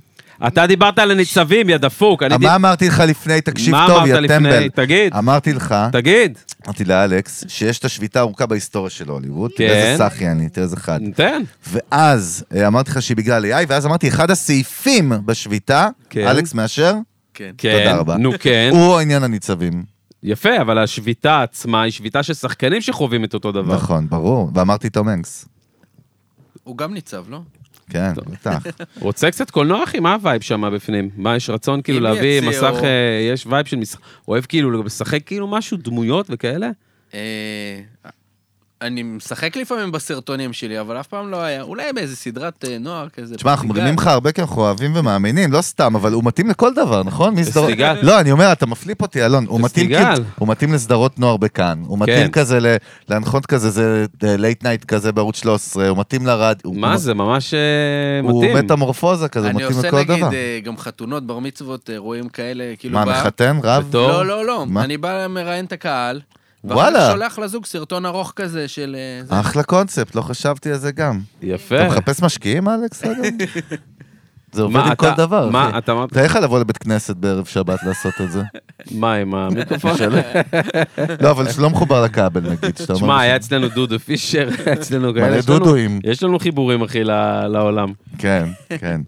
Speaker 1: אתה דיברת על הניצבים, יא דפוק. אני
Speaker 2: מה אמרתי לך לפני? תקשיב
Speaker 1: מה
Speaker 2: טוב,
Speaker 1: אמרת
Speaker 2: יא
Speaker 1: לפני?
Speaker 2: טמבל.
Speaker 1: תגיד.
Speaker 2: אמרתי לך,
Speaker 1: תגיד,
Speaker 2: אמרתי לאלכס, שיש את השביתה הארוכה בהיסטוריה של הוליווד. תראה
Speaker 1: כן.
Speaker 2: איזה סחי אני, תראה איזה חד.
Speaker 1: ניתן.
Speaker 2: ואז אה, אמרתי לך שהיא בגלל AI, ואז אמרתי, אחד הסעיפים בשביתה,
Speaker 1: כן.
Speaker 2: אלכס מאשר,
Speaker 4: כן.
Speaker 1: כן,
Speaker 2: רבה.
Speaker 1: נו כן.
Speaker 2: הוא עניין הניצבים.
Speaker 1: יפה, אבל השביתה עצמה היא שביתה של שחקנים שחווים את אותו דבר.
Speaker 2: נכון, ברור. ואמרתי תום הנקס.
Speaker 4: הוא גם ניצב, לא?
Speaker 2: כן, בטח.
Speaker 1: רוצה קצת קולנוע, אחי? מה הווייב שם בפנים? מה, יש רצון כאילו
Speaker 4: אם
Speaker 1: להביא
Speaker 4: יציעו-
Speaker 1: מסך, אה, יש וייב של משחק, אוהב כאילו לשחק כאילו משהו, דמויות וכאלה?
Speaker 4: אה, אני משחק לפעמים בסרטונים שלי, אבל אף פעם לא היה. אולי באיזה סדרת אה, נוער כזה.
Speaker 2: תשמע, אנחנו
Speaker 4: פסטיגל.
Speaker 2: מרימים לך הרבה כי אנחנו אוהבים ומאמינים, לא סתם, אבל הוא מתאים לכל דבר, נכון? מי סדרות-
Speaker 1: פסטיגל.
Speaker 2: לא, אני אומר, אתה מפליפ אותי, אלון. הוא מתאים
Speaker 1: פסטיגל.
Speaker 2: כאילו- הוא מתאים לסדרות נוער בכאן. הוא
Speaker 1: כן.
Speaker 2: מתאים כזה ל- להנחות כזה, זה לייט נייט כזה בערוץ 13, הוא מתאים לרדיו.
Speaker 1: מה
Speaker 2: הוא-
Speaker 1: זה, ממש אה,
Speaker 2: הוא
Speaker 1: מתאים.
Speaker 2: מטמורפוזה כזה, הוא
Speaker 4: אני
Speaker 2: מתאים
Speaker 4: עושה
Speaker 2: לכל
Speaker 4: נגיד
Speaker 2: דבר.
Speaker 4: אה, גם חתונות, בר מצוות, אירועים כאלה, כאילו...
Speaker 2: מה,
Speaker 4: בא-
Speaker 2: מחתן? רב?
Speaker 1: בתור-
Speaker 4: לא, לא, לא.
Speaker 2: מה?
Speaker 4: אני בא, מראיין את הקהל.
Speaker 2: וואלה.
Speaker 4: ואחר כך שולח לזוג סרטון ארוך כזה של... אה, זה.
Speaker 1: כן.
Speaker 2: אחלה קונספט, לא חשבתי על זה גם.
Speaker 1: יפה. [laughs]
Speaker 2: אתה מחפש משקיעים, אלכס? אגב? זה עובד
Speaker 1: מה,
Speaker 2: עם כל
Speaker 1: אתה-
Speaker 2: דבר,
Speaker 1: מה,
Speaker 2: אחי.
Speaker 1: אתה-
Speaker 2: אתה איך לבוא לבית כנסת בערב שבת לעשות את
Speaker 1: [laughs]
Speaker 2: זה?
Speaker 1: מה עם
Speaker 2: [laughs]
Speaker 1: המיקרופון?
Speaker 2: לא, אבל זה לא מחובר לכבל, נגיד, שאתה אומר...
Speaker 1: שמע, היה אצלנו דודו פישר, [laughs] היה אצלנו כאלה.
Speaker 2: מלא
Speaker 1: יש לנו-
Speaker 2: דודואים.
Speaker 1: יש לנו חיבורים, אחי, ל- לעולם.
Speaker 2: כן, כן.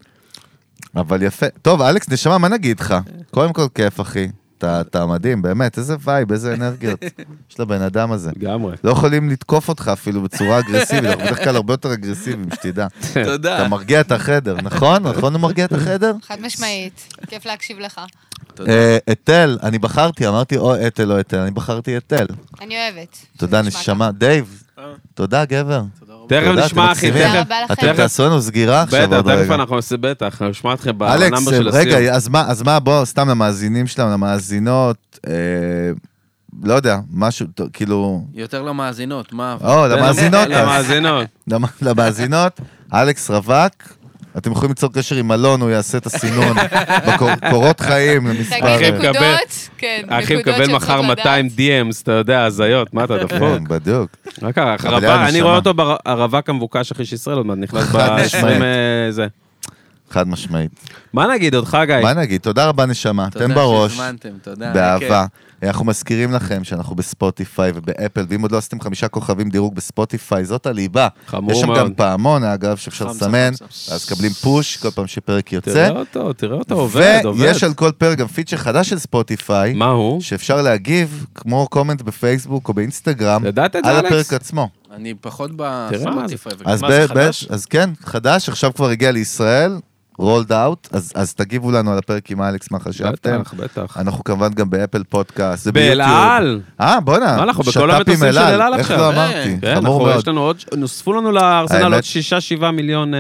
Speaker 2: אבל יפה. טוב, אלכס, נשמה, מה נגיד לך? קודם כל, כיף, אחי. אתה אתה מדהים, באמת, איזה וייב, איזה אנרגיות יש לבן אדם הזה.
Speaker 1: לגמרי.
Speaker 2: לא יכולים לתקוף אותך אפילו בצורה אגרסיבית, אנחנו בדרך כלל הרבה יותר אגרסיביים, שתדע.
Speaker 4: תודה.
Speaker 2: אתה מרגיע את החדר, נכון? נכון הוא מרגיע את החדר?
Speaker 5: חד משמעית, כיף להקשיב לך.
Speaker 2: אה, אתל, אני בחרתי, אמרתי או אתל או אתל, אני בחרתי אתל.
Speaker 5: אני אוהבת.
Speaker 2: תודה,
Speaker 5: שזה נשמע
Speaker 2: נשמה. דייב, תודה, גבר.
Speaker 1: אה. תכף
Speaker 2: תודה,
Speaker 1: נשמע,
Speaker 2: אתם
Speaker 1: אחי,
Speaker 2: מקסימים.
Speaker 5: תודה
Speaker 1: תכף.
Speaker 5: רבה לכם.
Speaker 2: אתם תעשו לנו סגירה עכשיו
Speaker 1: בטח,
Speaker 2: עוד
Speaker 1: תכף
Speaker 2: רגע.
Speaker 1: אנחנו נעשה בטח, אנחנו נשמע אתכם
Speaker 2: אלכס,
Speaker 1: בנאמבר של הסיום.
Speaker 2: רגע, אז מה, אז מה, בוא, סתם למאזינים שלנו, למאזינות, אה, לא יודע, משהו, ת- כאילו...
Speaker 4: יותר למאזינות, מה?
Speaker 2: או,
Speaker 1: [laughs]
Speaker 2: למאזינות, אז.
Speaker 1: אה, למאזינות.
Speaker 2: למ- למאזינות, אלכס רווק, אתם יכולים ליצור קשר עם אלון, הוא יעשה
Speaker 1: [laughs]
Speaker 2: את הסינון בקורות חיים,
Speaker 5: תגיד
Speaker 2: למספר...
Speaker 5: נקודות, כן,
Speaker 1: אחי
Speaker 5: נקודות
Speaker 1: מקבל
Speaker 5: שצריך
Speaker 1: מחר
Speaker 5: לדעת.
Speaker 1: 200 DMs, אתה יודע, הזיות, מה אתה דפוק?
Speaker 2: כן, בדיוק.
Speaker 1: מה קרה?
Speaker 2: אבל יאללה,
Speaker 1: החרבה, אני
Speaker 2: נשמה.
Speaker 1: רואה אותו ברווק המבוקש אחי של ישראל עוד מעט, נכנס
Speaker 2: חד
Speaker 1: ב-20
Speaker 2: משמעית.
Speaker 1: זה.
Speaker 2: חד משמעית.
Speaker 1: מה נגיד עוד, חגי?
Speaker 2: מה נגיד? תודה רבה, נשמה. אתם בראש.
Speaker 4: תודה שהזמנתם, תודה.
Speaker 6: אה, אוקיי.
Speaker 2: באהבה. אנחנו מזכירים לכם שאנחנו בספוטיפיי ובאפל, ואם עוד לא עשיתם חמישה כוכבים דירוג בספוטיפיי, זאת הליבה.
Speaker 1: חמור
Speaker 2: יש שם
Speaker 1: מאוד.
Speaker 2: גם פעמון, אגב, שאפשר
Speaker 6: חמסה,
Speaker 2: לסמן,
Speaker 6: חמסה.
Speaker 2: אז מקבלים פוש כל פעם שפרק יוצא.
Speaker 1: תראה אותו, תראה אותו, עובד, עובד.
Speaker 2: ויש על כל פרק גם פיצ'ר חדש של ספוטיפיי,
Speaker 1: מה הוא?
Speaker 2: שאפשר להגיב כמו קומנט בפייסבוק או באינסטגרם,
Speaker 1: ידעת את זה,
Speaker 2: על
Speaker 1: אלכס?
Speaker 2: הפרק עצמו.
Speaker 4: כן, אני פחות
Speaker 1: תראה מה זה.
Speaker 4: בספוטיפיי.
Speaker 2: אז
Speaker 6: מה, זה
Speaker 2: ב- ב-
Speaker 6: חדש?
Speaker 2: אז כן, חדש, עכשיו כבר הגיע לישראל, רולד אאוט, אז תגיבו לנו על הפרק עם אלכס, מה חשבתם.
Speaker 1: בטח, בטח.
Speaker 2: אנחנו כמובן גם באפל פודקאסט, זה ביוטיוב.
Speaker 1: באל על.
Speaker 2: אה, בואנה.
Speaker 1: מה, אנחנו בכל
Speaker 2: שת"פ עם
Speaker 1: המטוסים של אל על
Speaker 2: איך
Speaker 1: עכשיו?
Speaker 2: לא אמרתי?
Speaker 1: כן,
Speaker 2: חמור
Speaker 1: אנחנו,
Speaker 2: מאוד.
Speaker 1: יש לנו עוד, נוספו לנו לארסנל
Speaker 2: האמת-
Speaker 1: עוד שישה, שבעה מיליון אה,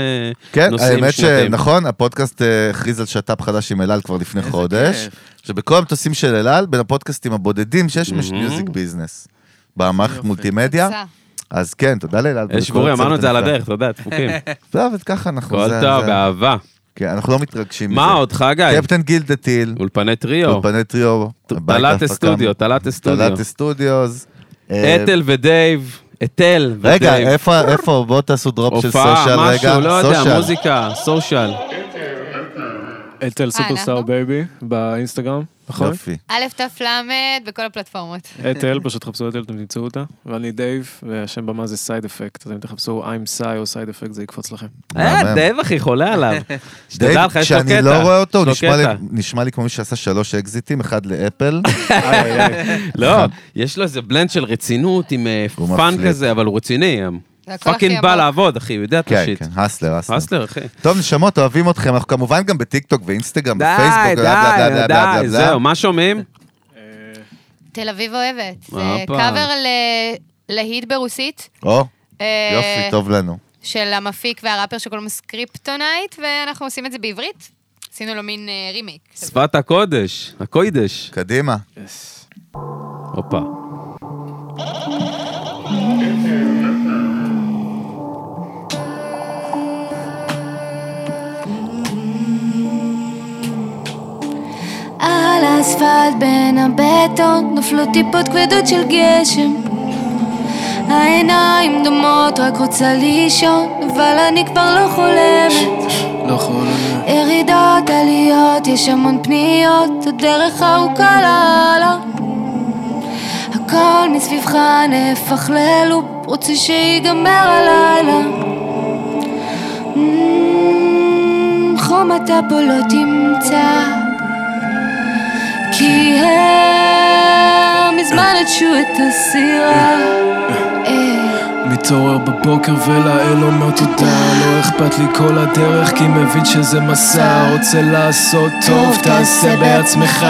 Speaker 2: כן,
Speaker 1: נוסעים
Speaker 2: האמת
Speaker 1: שנתיים.
Speaker 2: שנכון, הפודקאסט אה, הכריז על שת"פ חדש עם אל על כבר לפני חודש.
Speaker 4: כיף.
Speaker 2: שבכל המטוסים של אל על, בין הפודקאסטים הבודדים שיש מש- מיוזיק ביזנס. במערכת
Speaker 4: יופי.
Speaker 2: מולטימדיה.
Speaker 5: קצה.
Speaker 2: אז כן, תודה לאל על.
Speaker 1: יש גבורים, אה, אמרנו את זה על הדרך, אתה יודע,
Speaker 2: [laughs]
Speaker 1: דפוקים.
Speaker 2: טוב, אז לא, ככה אנחנו...
Speaker 1: כל
Speaker 2: זה-
Speaker 1: טוב,
Speaker 2: זה-
Speaker 1: באהבה.
Speaker 2: כן, אנחנו לא מתרגשים מזה.
Speaker 1: מה עוד, חגי?
Speaker 2: קפטן גילד הטיל,
Speaker 1: אולפני טריו.
Speaker 2: אולפני טריו, בית
Speaker 1: תלת
Speaker 2: ההפקה,
Speaker 1: אסטודיו, תלת אסטודיו.
Speaker 2: תלת אסטודיוס. אה,
Speaker 1: אתל ודייב, אתל ודייב.
Speaker 2: רגע, איפה, איפה, בואו תעשו דרופ של סושיאל
Speaker 1: הופעה,
Speaker 2: רגע.
Speaker 1: משהו, לא יודע,
Speaker 2: סושיאל.
Speaker 1: מוזיקה, סושיאל.
Speaker 6: אתל סופרסטאר
Speaker 5: אנחנו?
Speaker 6: בייבי באינסטגרם, נכון?
Speaker 2: יופי.
Speaker 5: א' ת' ל' בכל הפלטפורמות.
Speaker 6: אתל, פשוט תחפשו אתל, אתם תמצאו אותה. ואני דייב, והשם במה זה סייד אפקט, אז אם תחפשו I'm סי או סייד אפקט זה יקפוץ לכם.
Speaker 1: אה,
Speaker 2: מהמם.
Speaker 1: דייב אחי, חולה
Speaker 2: [laughs]
Speaker 1: עליו.
Speaker 2: דייב,
Speaker 1: שתדע לך, יש לו קטע.
Speaker 2: כשאני לא רואה אותו, הוא
Speaker 1: יש לו
Speaker 2: נשמע לי-
Speaker 1: קטע.
Speaker 2: נשמע לי כמו מי שעשה שלוש אקזיטים,
Speaker 1: [laughs]
Speaker 2: אחד לאפל.
Speaker 1: לא, יש לו איזה בלנד של רצינות עם אה,
Speaker 2: הוא
Speaker 1: פאן
Speaker 2: מפליפ.
Speaker 1: כזה, אבל הוא רציני.
Speaker 5: זה הכל הכי
Speaker 1: פאקינג בא
Speaker 5: עמוק.
Speaker 1: לעבוד, אחי, הוא יודע את
Speaker 2: כן,
Speaker 1: השיט.
Speaker 2: כן, הסלר, הסלר.
Speaker 1: אסלר, אחי.
Speaker 2: טוב, נשמות, אוהבים אתכם, אנחנו כמובן גם בטיקטוק ואינסטגרם,
Speaker 1: די,
Speaker 2: בפייסבוק, בלה, בלה, בלה,
Speaker 1: די,
Speaker 2: בלה, בלה,
Speaker 1: די,
Speaker 2: בלה.
Speaker 1: זהו, מה שומעים?
Speaker 5: תל אביב אוהבת. זה
Speaker 1: הופה.
Speaker 5: קאבר ל- להיט ברוסית.
Speaker 2: או,
Speaker 5: אה,
Speaker 2: יופי, טוב לנו.
Speaker 5: של המפיק והראפר שקוראים לו סקריפטונייט, ואנחנו עושים את זה בעברית. עשינו לו מין אה, רימייק.
Speaker 1: שפת הקודש, הקוידש.
Speaker 2: קדימה.
Speaker 1: הופה.
Speaker 7: על האספלט בין הבטון נפלו טיפות כבדות של גשם העיניים דומות, רק רוצה לישון, אבל אני כבר לא חולמת
Speaker 8: לא חולה
Speaker 7: ירידות, עליות, יש המון פניות, הדרך ארוכה לאללה הכל מסביבך נהפך ללופ, רוצה שיגמר הלילה Mm, חום אתה פה לא תמצא כי הם מזמן נטשו את הסירה. אה,
Speaker 8: מתעורר בבוקר ולאל אומר תודה לא אכפת לי כל הדרך כי מבין שזה מסע רוצה לעשות טוב תעשה בעצמך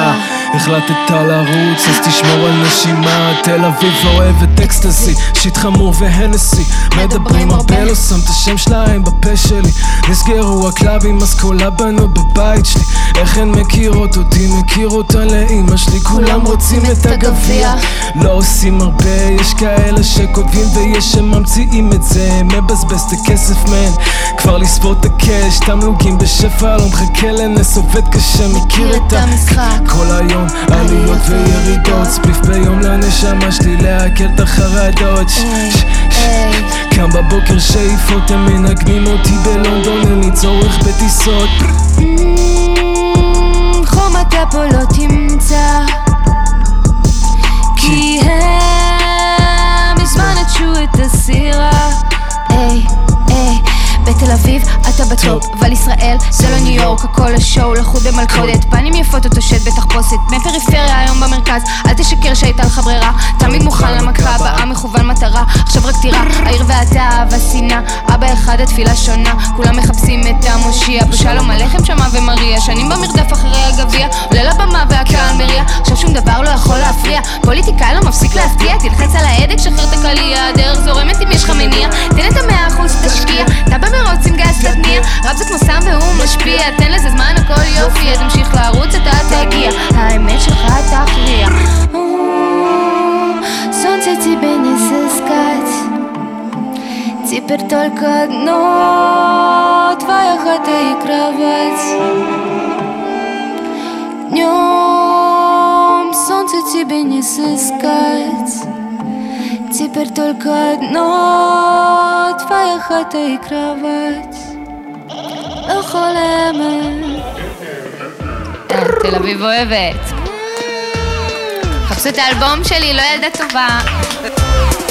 Speaker 8: החלטת לרוץ אז תשמור על נשימה תל אביב אוהבת אקסטזי שיט חמור והנסי מדברים הרבה לא שם את השם שלהם בפה שלי נסגרו הקלאבים אז כל הבנות בבית שלי איך הן מכירות אותי מכיר אותה לאימא שלי כולם רוצים את הגביע לא עושים הרבה, יש כאלה שכותבים ויש שמא ממציאים את זה, מבזבז את הכסף מן כבר לספור את הקש, תמלוגים בשפע, לא מחכה לנס, עובד קשה, מכיר את המשחק כל היום עליות וירידות, ספיף ביום לנשמה שלי להקל את החרדות ש- ש-
Speaker 7: היי.
Speaker 8: קם בבוקר שאיפות, הם מנגנים אותי בלונדון, אין לי צורך בטיסות
Speaker 7: Mm, חום אתה פה לא תמצא כי הם מזמן נטשו את הסירה היי, היי, בתל אביב אתה בטופ, אבל ישראל זה לא ניו יורק, הכל השואו לחוד במלכודת, פנים יפות אתה שט בתחפושת, מפריפריה היום במרכז, אל תשקר שהייתה לך ברירה, תמיד מוכן למכה הבאה, מכוון מטרה, עכשיו רק תירה, העיר ואתה והשנאה, אבא אחד התפילה שונה, כולם מחפשים את המושיע, בשלום הלחם שמה ומריה, שנים במרדף אחרי הגביע, עולה לבמה והקהל מריע, עכשיו שום דבר לא יכול להפריע, פוליטיקאי לא מפסיק להפתיע, תלחץ על ההדק, שחרר את הקליע, הדרך זורמת אם יש לך מניע, תן את המאה אחוז תשקיע, אתה במרוץ עם גז תתניע, רב זה כמו סם והוא משפיע, תן לזה זמן הכל יופי, אז תמשיך לרוץ אתה תגיע, האמת שלך תכריע. Солнце тебе не сыскать Теперь только одно Твоя хата и кровать Днем солнце тебе не сыскать Теперь только одно Твоя хата и кровать Охолемет
Speaker 5: אה, תל אביב אוהבת. חפשו את האלבום שלי, לא ילדה טובה.